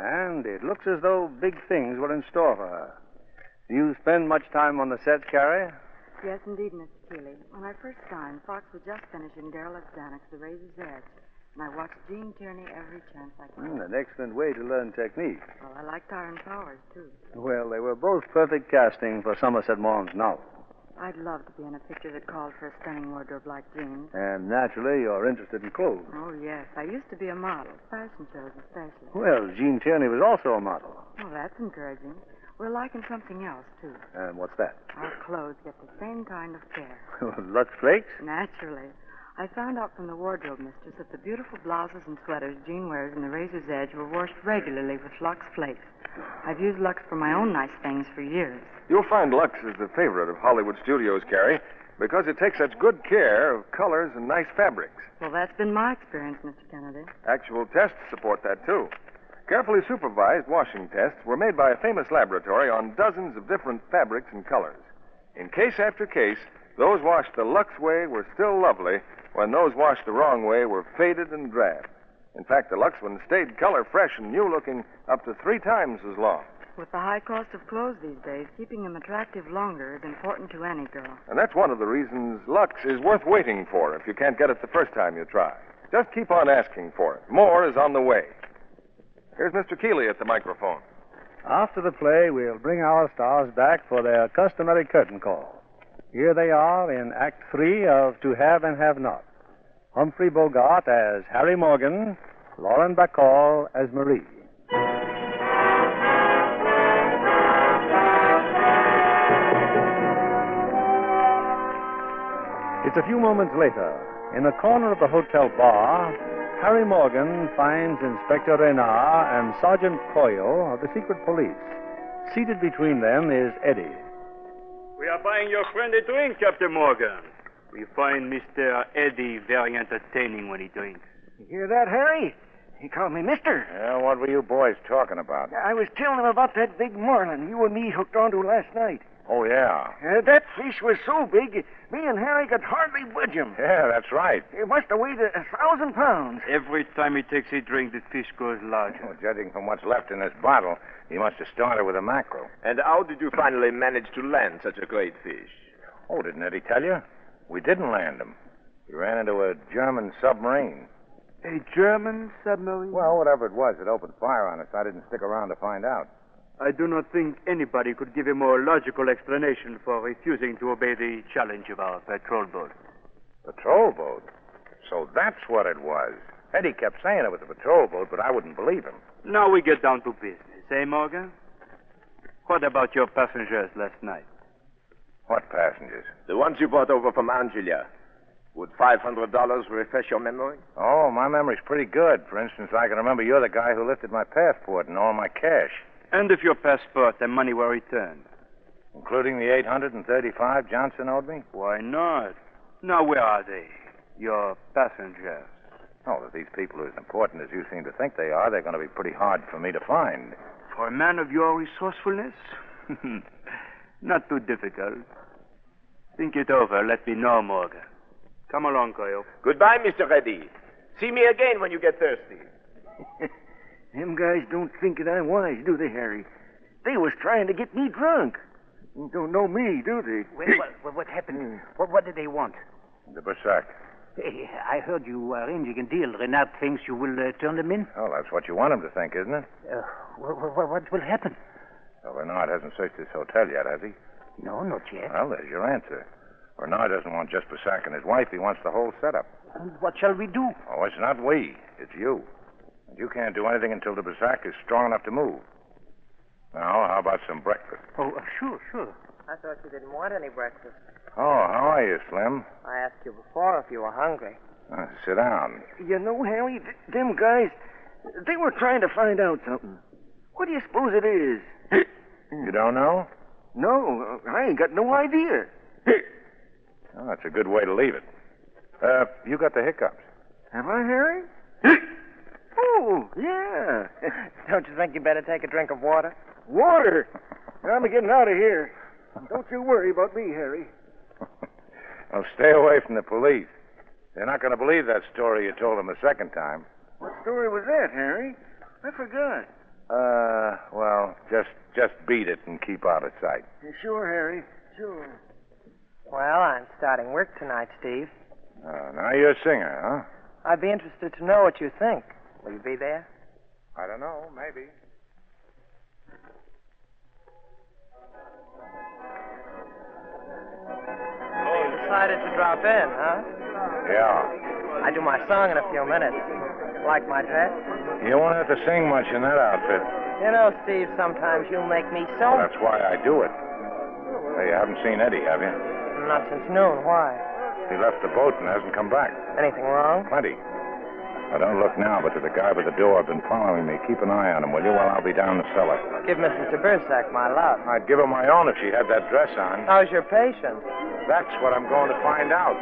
Speaker 2: and it looks as though big things were in store for her. Do you spend much time on the set, Carrie?
Speaker 14: Yes, indeed, Miss Keeley. When I first signed, Fox was just finishing Daryl F. Zanuck's The Razor's Edge, and I watched Gene Tierney every chance I could.
Speaker 2: Mm, an excellent way to learn technique.
Speaker 14: Well, I liked Iron Powers, too.
Speaker 2: Well, they were both perfect casting for Somerset Maugham's novel.
Speaker 14: I'd love to be in a picture that called for a stunning wardrobe like Gene's.
Speaker 2: And naturally, you're interested in clothes.
Speaker 14: Oh, yes. I used to be a model, fashion shows especially.
Speaker 2: Well, Gene Tierney was also a model.
Speaker 14: Well, that's encouraging. We're liking something else, too.
Speaker 2: And what's that?
Speaker 14: Our clothes get the same kind of care.
Speaker 2: Lux Flakes?
Speaker 14: Naturally. I found out from the wardrobe mistress that the beautiful blouses and sweaters Jean wears in the Razor's Edge were washed regularly with Lux Flakes. I've used Lux for my own nice things for years.
Speaker 1: You'll find Lux is the favorite of Hollywood studios, Carrie, because it takes such good care of colors and nice fabrics.
Speaker 14: Well, that's been my experience, Mr. Kennedy.
Speaker 1: Actual tests support that, too. Carefully supervised washing tests were made by a famous laboratory on dozens of different fabrics and colors. In case after case, those washed the Lux way were still lovely, when those washed the wrong way were faded and drab. In fact, the Lux one stayed color fresh and new looking up to three times as long.
Speaker 14: With the high cost of clothes these days, keeping them attractive longer is important to any girl.
Speaker 1: And that's one of the reasons Lux is worth waiting for if you can't get it the first time you try. Just keep on asking for it. More is on the way. Here's Mr. Keeley at the microphone.
Speaker 2: After the play, we'll bring our stars back for their customary curtain call. Here they are in Act Three of To Have and Have Not. Humphrey Bogart as Harry Morgan, Lauren Bacall as Marie. It's a few moments later. In a corner of the hotel bar, Harry Morgan finds Inspector Renard and Sergeant Coyo of the secret police. Seated between them is Eddie.
Speaker 8: We are buying your friend a drink, Captain Morgan. We find Mr. Eddie very entertaining when he drinks.
Speaker 4: You hear that, Harry? He called me mister.
Speaker 3: Yeah, what were you boys talking about?
Speaker 4: I was telling him about that big marlin you and me hooked onto last night.
Speaker 3: Oh, yeah.
Speaker 4: Uh, that fish was so big, me and Harry could hardly budge him.
Speaker 3: Yeah, that's right.
Speaker 4: It must have weighed a, a thousand pounds.
Speaker 8: Every time he takes a drink, the fish grows larger.
Speaker 3: Well, Oh, judging from what's left in this bottle, he must have started with a mackerel.
Speaker 5: And how did you finally manage to land such a great fish?
Speaker 3: Oh, didn't Eddie tell you? We didn't land him. We ran into a German submarine.
Speaker 15: A German submarine?
Speaker 3: Well, whatever it was, it opened fire on us. I didn't stick around to find out.
Speaker 8: I do not think anybody could give a more logical explanation for refusing to obey the challenge of our patrol boat.
Speaker 3: Patrol boat? So that's what it was. Eddie kept saying it was a patrol boat, but I wouldn't believe him.
Speaker 8: Now we get down to business, eh, Morgan? What about your passengers last night?
Speaker 3: What passengers?
Speaker 5: The ones you brought over from Angelia. Would $500 refresh your memory?
Speaker 3: Oh, my memory's pretty good. For instance, I can remember you're the guy who lifted my passport and all my cash.
Speaker 8: And if your passport and money were returned?
Speaker 3: Including the 835 Johnson owed me?
Speaker 8: Why not? Now, where are they? Your passengers.
Speaker 3: Oh, if these people are as important as you seem to think they are, they're going to be pretty hard for me to find.
Speaker 8: For a man of your resourcefulness? not too difficult. Think it over. Let me know, Morgan. Come along, Coyo.
Speaker 5: Goodbye, Mr. Reddy. See me again when you get thirsty.
Speaker 4: Them guys don't think that I'm wise, do they, Harry? They was trying to get me drunk. Don't know me, do they?
Speaker 15: Well, what, what, what happened? What, what did they want?
Speaker 3: Hmm. The Bersac.
Speaker 12: Hey, I heard you were arranging a deal. Renard thinks you will uh, turn them in.
Speaker 3: Oh, that's what you want him to think, isn't it?
Speaker 12: Uh, wha wha what will happen?
Speaker 3: Well, Renard hasn't searched this hotel yet, has he?
Speaker 12: No, not yet.
Speaker 3: Well, there's your answer. Renard doesn't want just Basak and his wife. He wants the whole setup.
Speaker 12: And what shall we do?
Speaker 3: Oh, it's not we. It's you. And you can't do anything until the Basak is strong enough to move. Now, how about some breakfast?
Speaker 12: Oh, uh, sure, sure.
Speaker 7: I thought you didn't want any breakfast.
Speaker 3: Oh, how are you, Slim?
Speaker 7: I asked you before if you were hungry.
Speaker 3: Uh, sit down.
Speaker 4: You know, Harry, th- them guys, they were trying to find out something. What do you suppose it is?
Speaker 12: Mm.
Speaker 3: You don't know?
Speaker 4: No, I ain't got no idea.
Speaker 3: Oh, that's a good way to leave it. Uh, you got the hiccups.
Speaker 4: Have I, Harry? oh, yeah.
Speaker 7: Don't you think you better take a drink of water?
Speaker 4: Water! I'm getting out of here. Don't you worry about me, Harry.
Speaker 3: Well, stay away from the police. They're not going to believe that story you told them a second time.
Speaker 4: What story was that, Harry? I forgot.
Speaker 3: Uh, well, just just beat it and keep out of sight.
Speaker 4: Sure, Harry. Sure.
Speaker 7: Well, I'm starting work tonight, Steve.
Speaker 3: Uh, now you're a singer,
Speaker 7: I'd be interested to know what you think. Will you be there?
Speaker 3: huh? I don't know. Maybe.
Speaker 7: You decided to drop in, huh?
Speaker 3: Yeah.
Speaker 7: I do my song in a few minutes. Like my dress?
Speaker 3: You won't have to sing much in that outfit.
Speaker 7: You know, Steve, sometimes you make me so.
Speaker 3: That's why I do it. Hey, you haven't seen Eddie, have you?
Speaker 7: Not since noon. Why?
Speaker 3: He left the boat and hasn't come back.
Speaker 7: Anything wrong?
Speaker 3: Plenty. Now, don't look now, but to the guy by the door. I've been following me. Keep an eye on him, will you, while I'll be down the cellar.
Speaker 7: Give Mrs. Tabersack my love.
Speaker 3: I'd give her my own if she had that dress on.
Speaker 7: How's your patient?
Speaker 3: That's what I'm going to find out.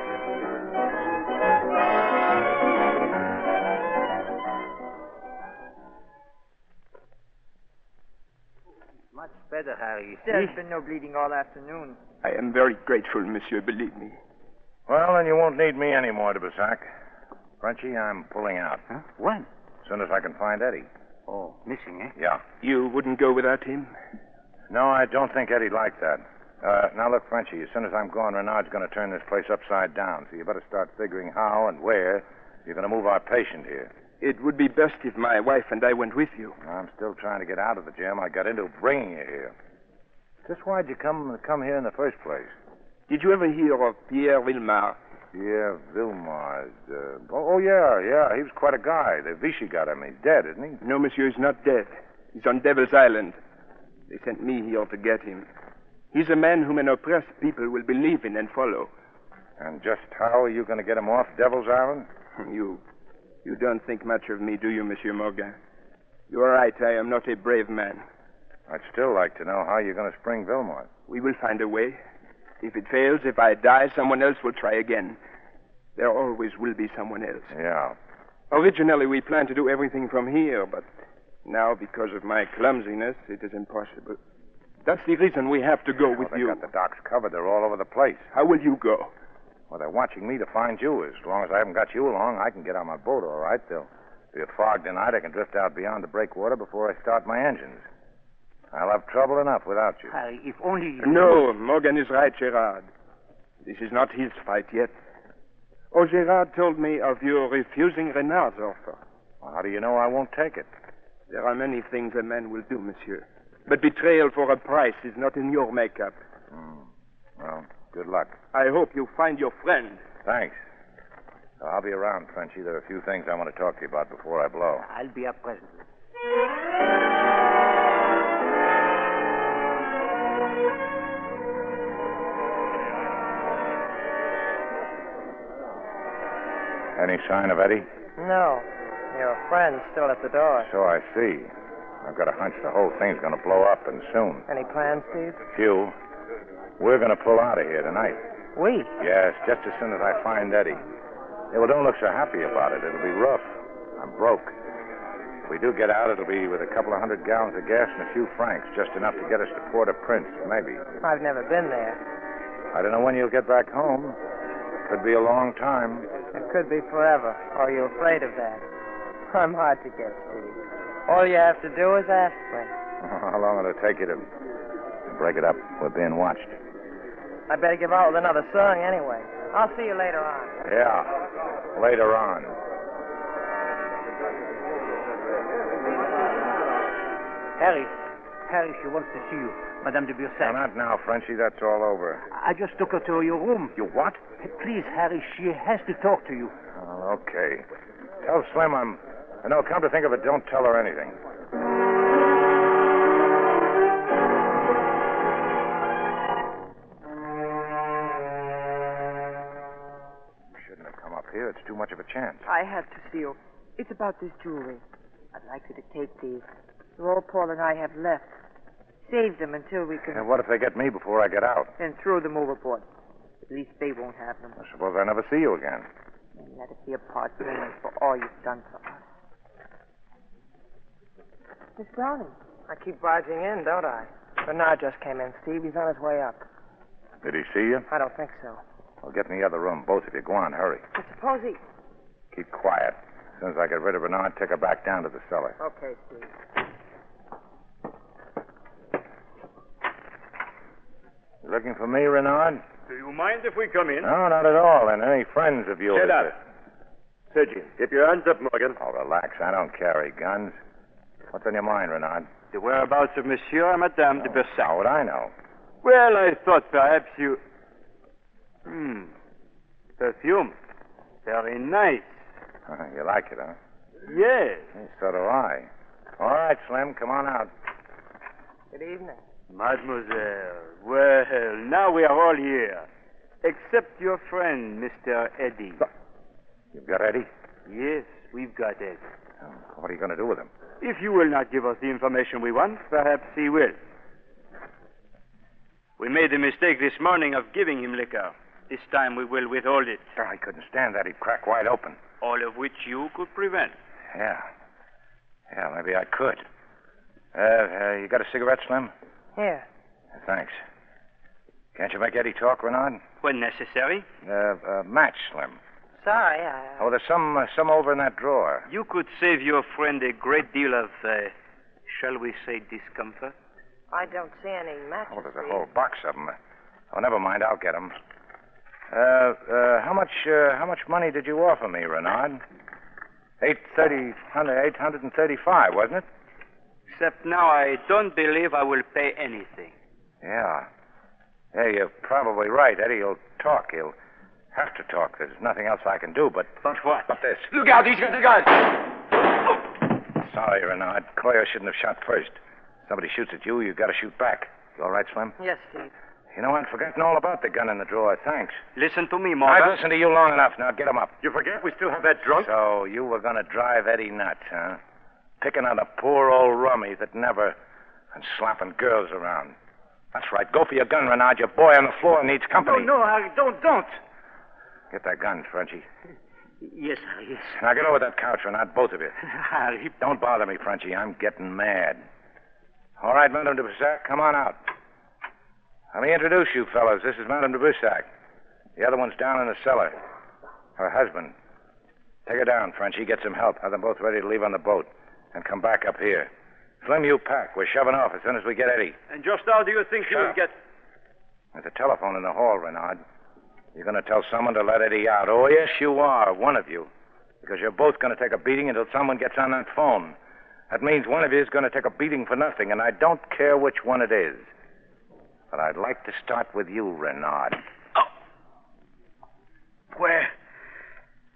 Speaker 12: Much better, Harry.
Speaker 16: There's been no bleeding all afternoon.
Speaker 3: I am very grateful, monsieur, believe me. Well, then you won't need me anymore, de Bussac. Frenchie, I'm pulling out. Huh?
Speaker 12: When?
Speaker 3: As soon as I can find Eddie.
Speaker 12: Oh, missing, eh?
Speaker 3: Yeah.
Speaker 16: You wouldn't go without him?
Speaker 3: No, I don't think Eddie liked that. Uh, now, look, Frenchie, as soon as I'm gone, Renard's going to turn this place upside down, so you better start figuring how and where you're going to move our patient here.
Speaker 16: It would be best if my wife and I went with you.
Speaker 3: I'm still trying to get out of the jam I got into bringing you here. Just why'd you come come here in the first place?
Speaker 16: Did you ever hear of Pierre Villemar?
Speaker 3: Pierre Vilmar. Uh, oh, oh, yeah, yeah. He was quite a guy. The Vichy got him. He's dead, isn't he?
Speaker 16: No, monsieur, he's not dead. He's on Devil's Island. They sent me here to get him. He's a man whom an oppressed people will believe in and follow.
Speaker 3: And just how are you going to get him off Devil's Island?
Speaker 16: You, you don't think much of me, do you, Monsieur Morgan? You are right. I am not a brave man.
Speaker 3: I'd still like to know how you're going to spring Vilmar.
Speaker 16: We will find a way. If it fails, if I die, someone else will try again. There always will be someone else.
Speaker 3: Yeah.
Speaker 16: Originally, we planned to do everything from here, but now, because of my clumsiness, it is impossible. That's the reason we have to go with
Speaker 3: Well,
Speaker 16: you.
Speaker 3: They got the docks covered. They're all over the place.
Speaker 16: How will you go?
Speaker 3: Well, they're watching me to find you. As long as I haven't got you along, I can get on my boat all right. There'll be a fog tonight. I can drift out beyond the breakwater before I start my engines. I'll have trouble enough without you.
Speaker 12: Harry, if only you.
Speaker 16: No, Morgan is right, Gerard. This is not his fight yet. Oh, Gerard told me of your refusing Renard's offer.
Speaker 3: Well, how do you know I won't take it?
Speaker 16: There are many things a man will do, monsieur. But betrayal for a price is not in your makeup.
Speaker 3: Hmm. Well, good luck.
Speaker 16: I hope you find your friend.
Speaker 3: Thanks. I'll be around, Frenchie. There are a few things I want to talk to you about before I blow.
Speaker 12: I'll be up presently.
Speaker 3: Any sign of Eddie?
Speaker 7: No. Your friend's still at the door.
Speaker 3: So I see. I've got a hunch the whole thing's going to blow up, and soon.
Speaker 7: Any plans, Steve?
Speaker 3: Hugh, we're going to pull out of here tonight.
Speaker 7: We?
Speaker 3: Yes, just as soon as I find Eddie. Yeah, well, don't look so happy about it. It'll be rough. I'm broke. If we do get out, it'll be with a couple of hundred gallons of gas and a few francs, just enough to get us to Port-au-Prince, maybe.
Speaker 7: I've never been there.
Speaker 3: I don't know when you'll get back home. Could be a long time.
Speaker 7: It could be forever. Are you afraid of that? I'm hard to get, Steve. All you have to do is ask me.
Speaker 3: How long it'll take you to break it up? We're being watched.
Speaker 7: I better give out with another song anyway. I'll see you later on.
Speaker 3: Yeah, later on.
Speaker 12: Harry, Harry, she wants to see you. Madame de Bursac.
Speaker 3: No, not now, Frenchie. That's all over.
Speaker 12: I just took her to your room.
Speaker 3: You what?
Speaker 6: Uh,
Speaker 12: Please, Harry, she has to talk to you.
Speaker 3: Oh, okay. Tell Slim I'm. No, come to think of it, don't tell her anything. Shouldn't have come up here. It's too much of a chance.
Speaker 13: I have to see you. It's about this jewelry. I'd like you to take these. They're all Paul and I have left. Save them until we can.
Speaker 3: And what if they get me before I get out?
Speaker 13: Then throw them overboard. At least they won't have them.
Speaker 3: I suppose I never see you again.
Speaker 13: And let it be a part payment for all you've done for us.
Speaker 7: Miss Browning. I keep barging in, don't I? Bernard just came in, Steve. He's on his way up.
Speaker 3: Did he see you?
Speaker 7: I don't think so.
Speaker 3: Well, get in the other room, both of you. Go on, hurry.
Speaker 7: But suppose he.
Speaker 3: Keep quiet. As soon as I get rid of Bernard, take her back down to the cellar.
Speaker 7: Okay, Steve.
Speaker 3: You looking for me, Renard?
Speaker 8: Do you mind if we come in?
Speaker 3: No, not at all. And any friends of yours?
Speaker 5: Shut up. Sergio, keep your hands up, Morgan.
Speaker 3: Oh, relax. I don't carry guns. What's on your mind, Renard? Oh,
Speaker 8: The whereabouts of Monsieur and Madame de Bersac.
Speaker 3: How would I know?
Speaker 8: Well, I thought perhaps you. Hmm. Perfume. Very nice.
Speaker 3: you like it, huh?
Speaker 8: Yes.
Speaker 3: So do I. All right, Slim, come on out.
Speaker 7: Good evening.
Speaker 8: Mademoiselle. Well, now we are all here. Except your friend, Mr. Eddie.
Speaker 3: You've got Eddie?
Speaker 8: Yes, we've got Eddie.
Speaker 3: What are you going to do with him?
Speaker 8: If you will not give us the information we want, perhaps he will. We made the mistake this morning of giving him liquor. This time we will withhold it,
Speaker 3: I Oh, couldn't stand that. He'd crack wide open.
Speaker 8: all of which you could prevent.
Speaker 3: Yeah. Yeah, maybe I could. Uh, uh, you got a cigarette, Slim?
Speaker 7: Here.
Speaker 3: Thanks. Can't you make Eddie talk, Renard?
Speaker 8: When necessary,
Speaker 3: Uh, uh, match, Slim.
Speaker 7: Sorry, I.
Speaker 3: Oh, there's some uh, some over in that drawer.
Speaker 8: you could save your friend a great deal of, uh, shall we say, discomfort.
Speaker 7: I don't see any matches.
Speaker 3: Oh, there's a whole box of them. Oh, never mind. I'll get them. Uh, uh, how much uh, how much money did you offer me, Renard? Eight thirty hundred eight hundred and thirty five, wasn't it?
Speaker 8: Except now I don't believe I will pay anything.
Speaker 3: Yeah. Yeah, you're probably right. Eddie will talk. He'll have to talk. There's nothing else I can do but.
Speaker 8: But what?
Speaker 3: But this.
Speaker 8: Look out, he's got a gun!
Speaker 3: Sorry, Renard. Coyo shouldn't have shot first. Somebody shoots at you, you got to shoot back. You all right, Slim?
Speaker 7: Yes, Steve.
Speaker 3: You know, I'd forgotten all about the gun in the drawer. Thanks.
Speaker 8: Listen to me,
Speaker 3: I've
Speaker 8: Morgan.
Speaker 3: listened to you long enough. Now get him up.
Speaker 5: You forget we still have that drunk?
Speaker 3: So you were going to drive Eddie nuts, huh? Picking on a poor old rummy that never. and slapping girls around. That's right. Go for your gun, Renard. Your boy on the floor needs company.
Speaker 12: No, no, Harry, don't, don't.
Speaker 3: Get that gun, Frenchie.
Speaker 12: Yes, Harry, yes.
Speaker 3: Now get over that couch, Renard, both of you.
Speaker 12: Harry,
Speaker 3: Don't bother me, Frenchie. I'm getting mad. All right, Madame de Bussac, come on out. Let me introduce you, fellows. This is Madame de Bussac. The other one's down in the cellar. Her husband. Take her down, Frenchie. Get some help. Have them both ready to leave on the boat and come back up here. Slim, you pack. We're shoving off as soon as we get Eddie.
Speaker 8: And just how do you think you will get.
Speaker 3: There's a telephone in the hall, Renard. You're going to tell someone to let Eddie out. Oh, yes, you are, one of you. Because you're both going to take a beating until someone gets on that phone. That means one of you is going to take a beating for nothing, and I don't care which one it is. But I'd like to start with you, Renard.
Speaker 11: Where?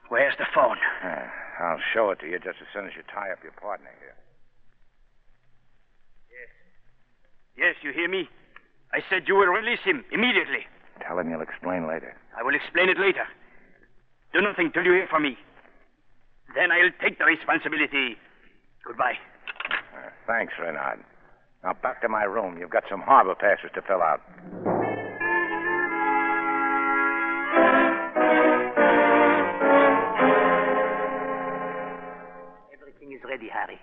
Speaker 11: Where's the phone?
Speaker 3: Eh, I'll show it to you just as soon as you tie up your partner here.
Speaker 8: Yes, you hear me? I said you will release him immediately.
Speaker 3: Tell him you'll explain later.
Speaker 8: I will explain it later. Do nothing till you hear from me. Then I'll take the responsibility. Goodbye.
Speaker 3: Eh, thanks, Renard. Now back to my room. You've got some harbor passes to fill out.
Speaker 11: Everything is ready, Harry.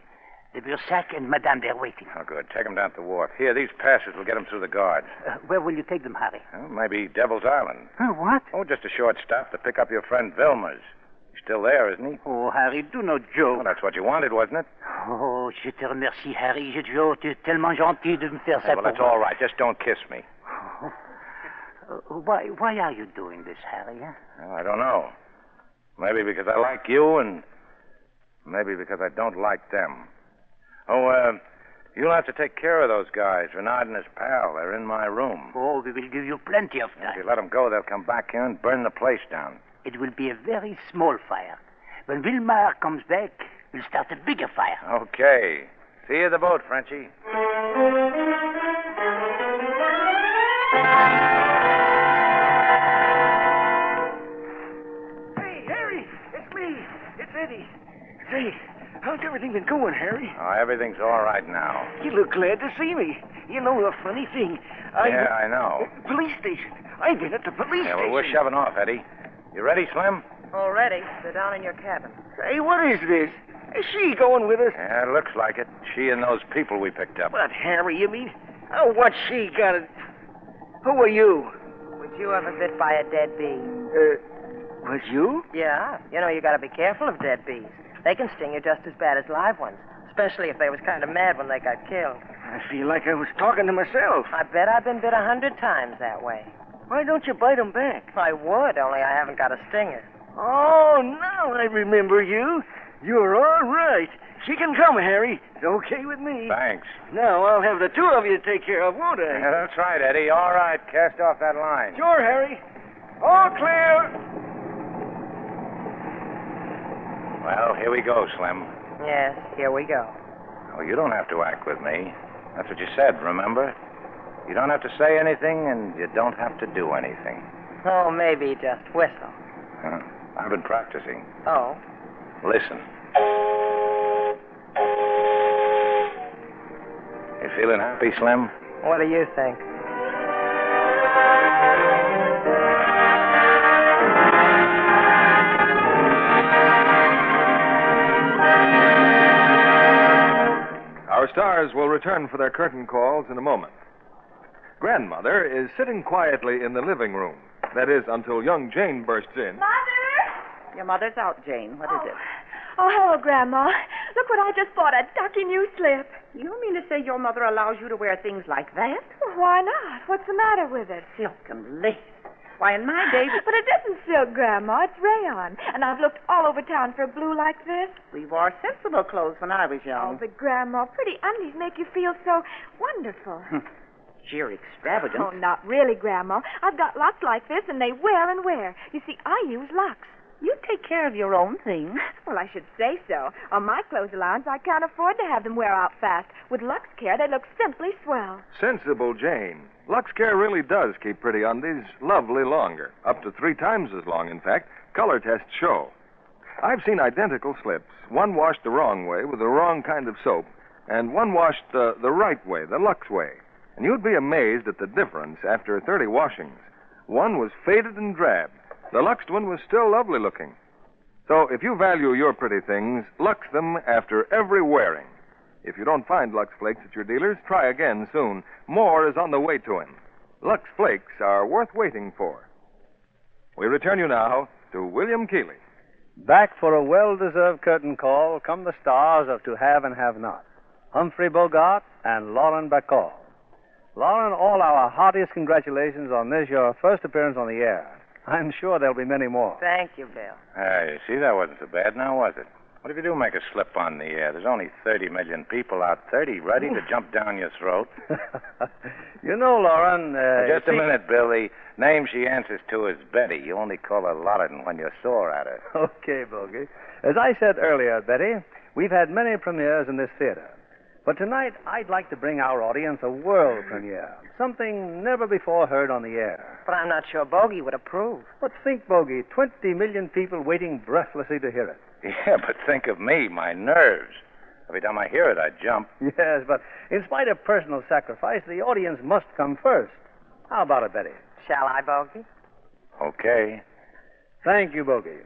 Speaker 11: De Bursac and Madame, they're waiting.
Speaker 3: Oh, good. Take him down to the wharf. Here, these passes will get him through the guards.
Speaker 11: Uh, where will you take them, Harry?
Speaker 3: Well, maybe Devil's Island.
Speaker 11: Huh, what?
Speaker 3: Oh, just a short stop to pick up your friend Vilmers. He's still there, isn't he?
Speaker 11: Oh, Harry, do not
Speaker 3: Well,
Speaker 11: joke.
Speaker 3: that's what you wanted, wasn't it?
Speaker 11: Oh, je te remercie, Harry. Je- je- Tu es tellement gentil de me faire
Speaker 3: Hey,
Speaker 11: ça
Speaker 3: well,
Speaker 11: pour
Speaker 3: it's
Speaker 11: moi.
Speaker 3: all right. Just don't kiss me.
Speaker 6: Uh, why, why are you doing this, Harry? Huh?
Speaker 3: Well, I don't know. Maybe because I like you, and maybe because I don't like them. Oh, uh, you'll have to take care of those guys, Renard and his pal. They're in my room.
Speaker 6: Oh, we will give you plenty of time.
Speaker 3: If you let them go, they'll come back here and burn the place down.
Speaker 6: It will be a very small fire. When Wilmar comes back, we'll start a bigger fire.
Speaker 5: Oh.
Speaker 3: Okay. See you at the boat, Frenchie.
Speaker 4: Hey, Harry, it's me. It's Eddie. Say, how's everything been going, Harry?
Speaker 3: Oh, everything's all right now.
Speaker 4: You look glad to see me. You know a funny thing. I
Speaker 3: yeah, I know.
Speaker 4: police station. I've been at the police
Speaker 3: Yeah, well,
Speaker 4: station.
Speaker 3: we're shoving off, Eddie. You ready, Slim?
Speaker 7: Already, they're down in your cabin.
Speaker 4: Hey, what is this? Is she going with us?
Speaker 3: Yeah, it looks like it. She and those people we picked up.
Speaker 4: But Harry, you mean? Oh, what she got it? Who are you?
Speaker 7: Was you ever bit by a dead bee?
Speaker 4: Uh, was you?
Speaker 7: Yeah. You know, you gotta be careful of dead bees. They can sting you just as bad as live ones, especially if they was kind of mad when they got killed.
Speaker 4: I feel like I was talking to myself.
Speaker 7: I bet I've been bit a hundred times that way.
Speaker 4: Why don't you bite 'em back?
Speaker 7: I would, only I haven't got a stinger.
Speaker 4: Oh, now I remember you. You're all right. She can come, Harry. It's okay with me.
Speaker 3: Thanks.
Speaker 4: Now I'll have the two of you to take care of, won't I?
Speaker 3: Yeah, that's right, Eddie. All right, cast off that line.
Speaker 4: Sure, Harry. All clear.
Speaker 3: Well, here we go, Slim.
Speaker 7: Yes, here we go.
Speaker 3: Oh, you don't have to act with me. That's what you said, remember? You don't have to say anything, and you don't have to do anything.
Speaker 7: Oh, maybe just whistle.
Speaker 3: Huh. I've been practicing.
Speaker 7: Oh.
Speaker 3: Listen. You feeling happy, Slim?
Speaker 7: What do you think?
Speaker 1: Our stars will return for their curtain calls in a moment. Grandmother is sitting quietly in the living room. That is, until young Jane bursts in.
Speaker 17: Mother!
Speaker 5: Your mother's out, Jane. What is
Speaker 17: Oh. Oh, hello, Grandma. Look what I just bought a ducky new slip.
Speaker 5: it? You mean to say your mother allows you to wear things like that?
Speaker 17: Well, why not? What's the matter with it?
Speaker 5: Silk and lace. Why, in my day, we-
Speaker 17: But it isn't silk, Grandma. It's rayon. And I've looked all over town for a blue like this.
Speaker 5: we wore sensible clothes when I was
Speaker 17: Oh,
Speaker 5: young.
Speaker 17: but, Grandma, pretty undies make you feel so wonderful.
Speaker 5: Sheer extravagance.
Speaker 17: Oh, not really, Grandma. I've got lots like this, and they wear and wear. You see, I use locks.
Speaker 5: You take care of your own things.
Speaker 17: Well, I should say so. On my clothes allowance, I can't afford to have them wear out fast. With Lux Care, they look simply swell.
Speaker 1: Sensible Jane. LuxCare really does keep pretty undies lovely longer, up to three times as long, in fact. Color tests show. I've seen identical slips, one washed the wrong way with the wrong kind of soap, and one washed the, the right way, the Lux way. And you'd be amazed at the difference after 30 washings. One was faded and drab, the Luxed one was still lovely looking. So if you value your pretty things, Lux them after every wearing. If you don't find Lux Flakes at your dealer's, try again soon. More is on the way to him. Lux Flakes are worth waiting for. We return you now to William Keeley.
Speaker 2: Back for a well deserved curtain call come the stars of To Have and Have Not Humphrey Bogart and Lauren Bacall. Lauren, all our heartiest congratulations on this, your first appearance on the air. I'm sure there'll be many more.
Speaker 7: Thank you, Bill.
Speaker 3: Hey, you see, that wasn't so bad now, was it? What if you do make a slip on the air? There's only 30 million people out 30 ready to jump down your throat.
Speaker 2: You know, Lauren. Uh,
Speaker 3: Just a
Speaker 2: see-
Speaker 3: minute, Bill. The name she answers to is Betty. You only call her Loredan when you're sore at her.
Speaker 2: Okay, Bogey. As I said earlier, Betty, we've had many premieres in this theater. But tonight, I'd like to bring our audience a world premiere, something never before heard on the air.
Speaker 7: But I'm not sure Bogey would approve.
Speaker 2: But think, Bogey, 20 million people waiting breathlessly to hear it.
Speaker 3: Yeah, but think of me, my nerves. Every time I hear it, I jump.
Speaker 2: Yes, but in spite of personal sacrifice, the audience must come first. How about it, Betty?
Speaker 7: Shall I, Bogey?
Speaker 3: Okay.
Speaker 2: Thank you, Bogey.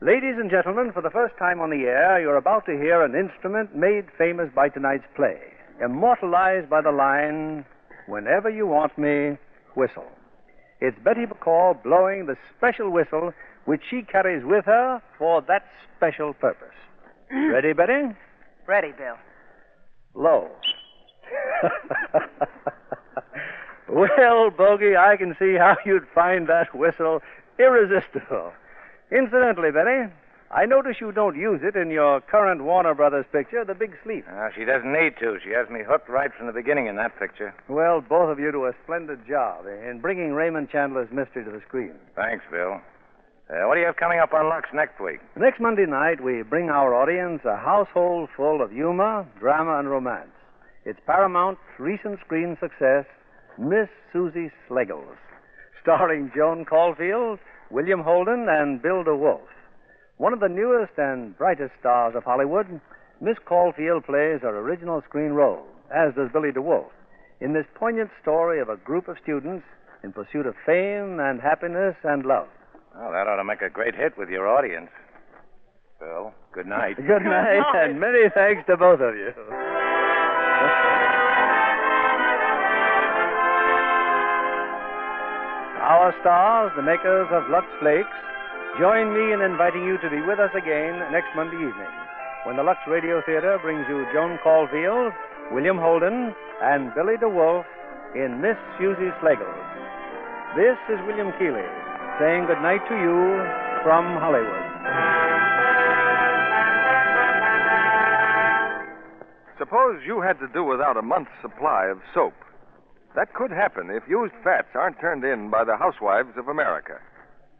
Speaker 2: Ladies and gentlemen, for the first time on the air, you're about to hear an instrument made famous by tonight's play, immortalized by the line, Whenever you want me, whistle. It's Betty McCall blowing the special whistle which she carries with her for that special purpose. Ready, Betty?
Speaker 7: Ready, Bill.
Speaker 2: Low. Well, Bogey, I can see how you'd find that whistle irresistible. Incidentally, Benny, I notice you don't use it in your current Warner Brothers picture, The Big Sleep.
Speaker 3: Ah, she doesn't need to. She has me hooked right from the beginning in that picture.
Speaker 2: Well, both of you do a splendid job in bringing Raymond Chandler's mystery to the screen.
Speaker 3: Thanks, Bill. Uh, what do you have coming up on Lux next week?
Speaker 2: Next Monday night, we bring our audience a household full of humor, drama, and romance. It's Paramount's recent screen success, Miss Susie Slegels, starring Joan Caulfield, William Holden, and Bill DeWolf. One of the newest and brightest stars of Hollywood, Miss Caulfield plays her original screen role, as does Billy DeWolf, in this poignant story of a group of students in pursuit of fame and happiness and love.
Speaker 3: Well, that ought to make a great hit with your audience. Bill, good night.
Speaker 2: Good night, and many thanks to both of you. Our stars, the makers of Lux Flakes, join me in inviting you to be with us again next Monday evening when the Lux Radio Theater brings you Joan Caulfield, William Holden, and Billy DeWolf in Miss Susie Slegels. This is William Keeley saying good night to you from Hollywood.
Speaker 1: Suppose you had to do without a month's supply of soap. That could happen if used fats aren't turned in by the housewives of America.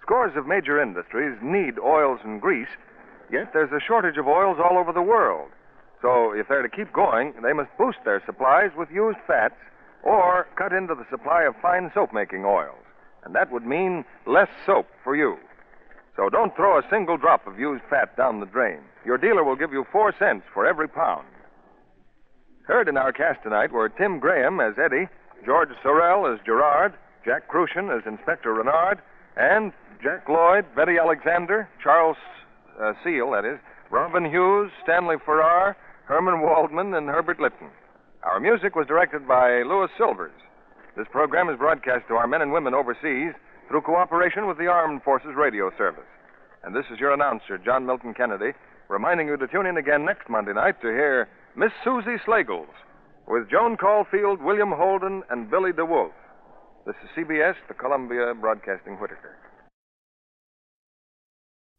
Speaker 1: Scores of major industries need oils and grease, yet there's a shortage of oils all over the world. So if they're to keep going, they must boost their supplies with used fats or cut into the supply of fine soap making oils. And that would mean less soap for you. So don't throw a single drop of used fat down the drain. Your dealer will give you four cents for every pound. Heard in our cast tonight were Tim Graham as Eddie, George Sorel as Gerard, Jack Crucian as Inspector Renard, and Jack Lloyd, Betty Alexander, Charles uh, Seal, that is, Robin Hughes, Stanley Farrar, Herman Waldman, and Herbert Lipton. Our music was directed by Louis Silvers. This program is broadcast to our men and women overseas through cooperation with the Armed Forces Radio Service. And this is your announcer, John Milton Kennedy, reminding you to tune in again next Monday night to hear Miss Susie Slagles with Joan Caulfield, William Holden, and Billy DeWolf. This is CBS, the Columbia Broadcasting Whitaker.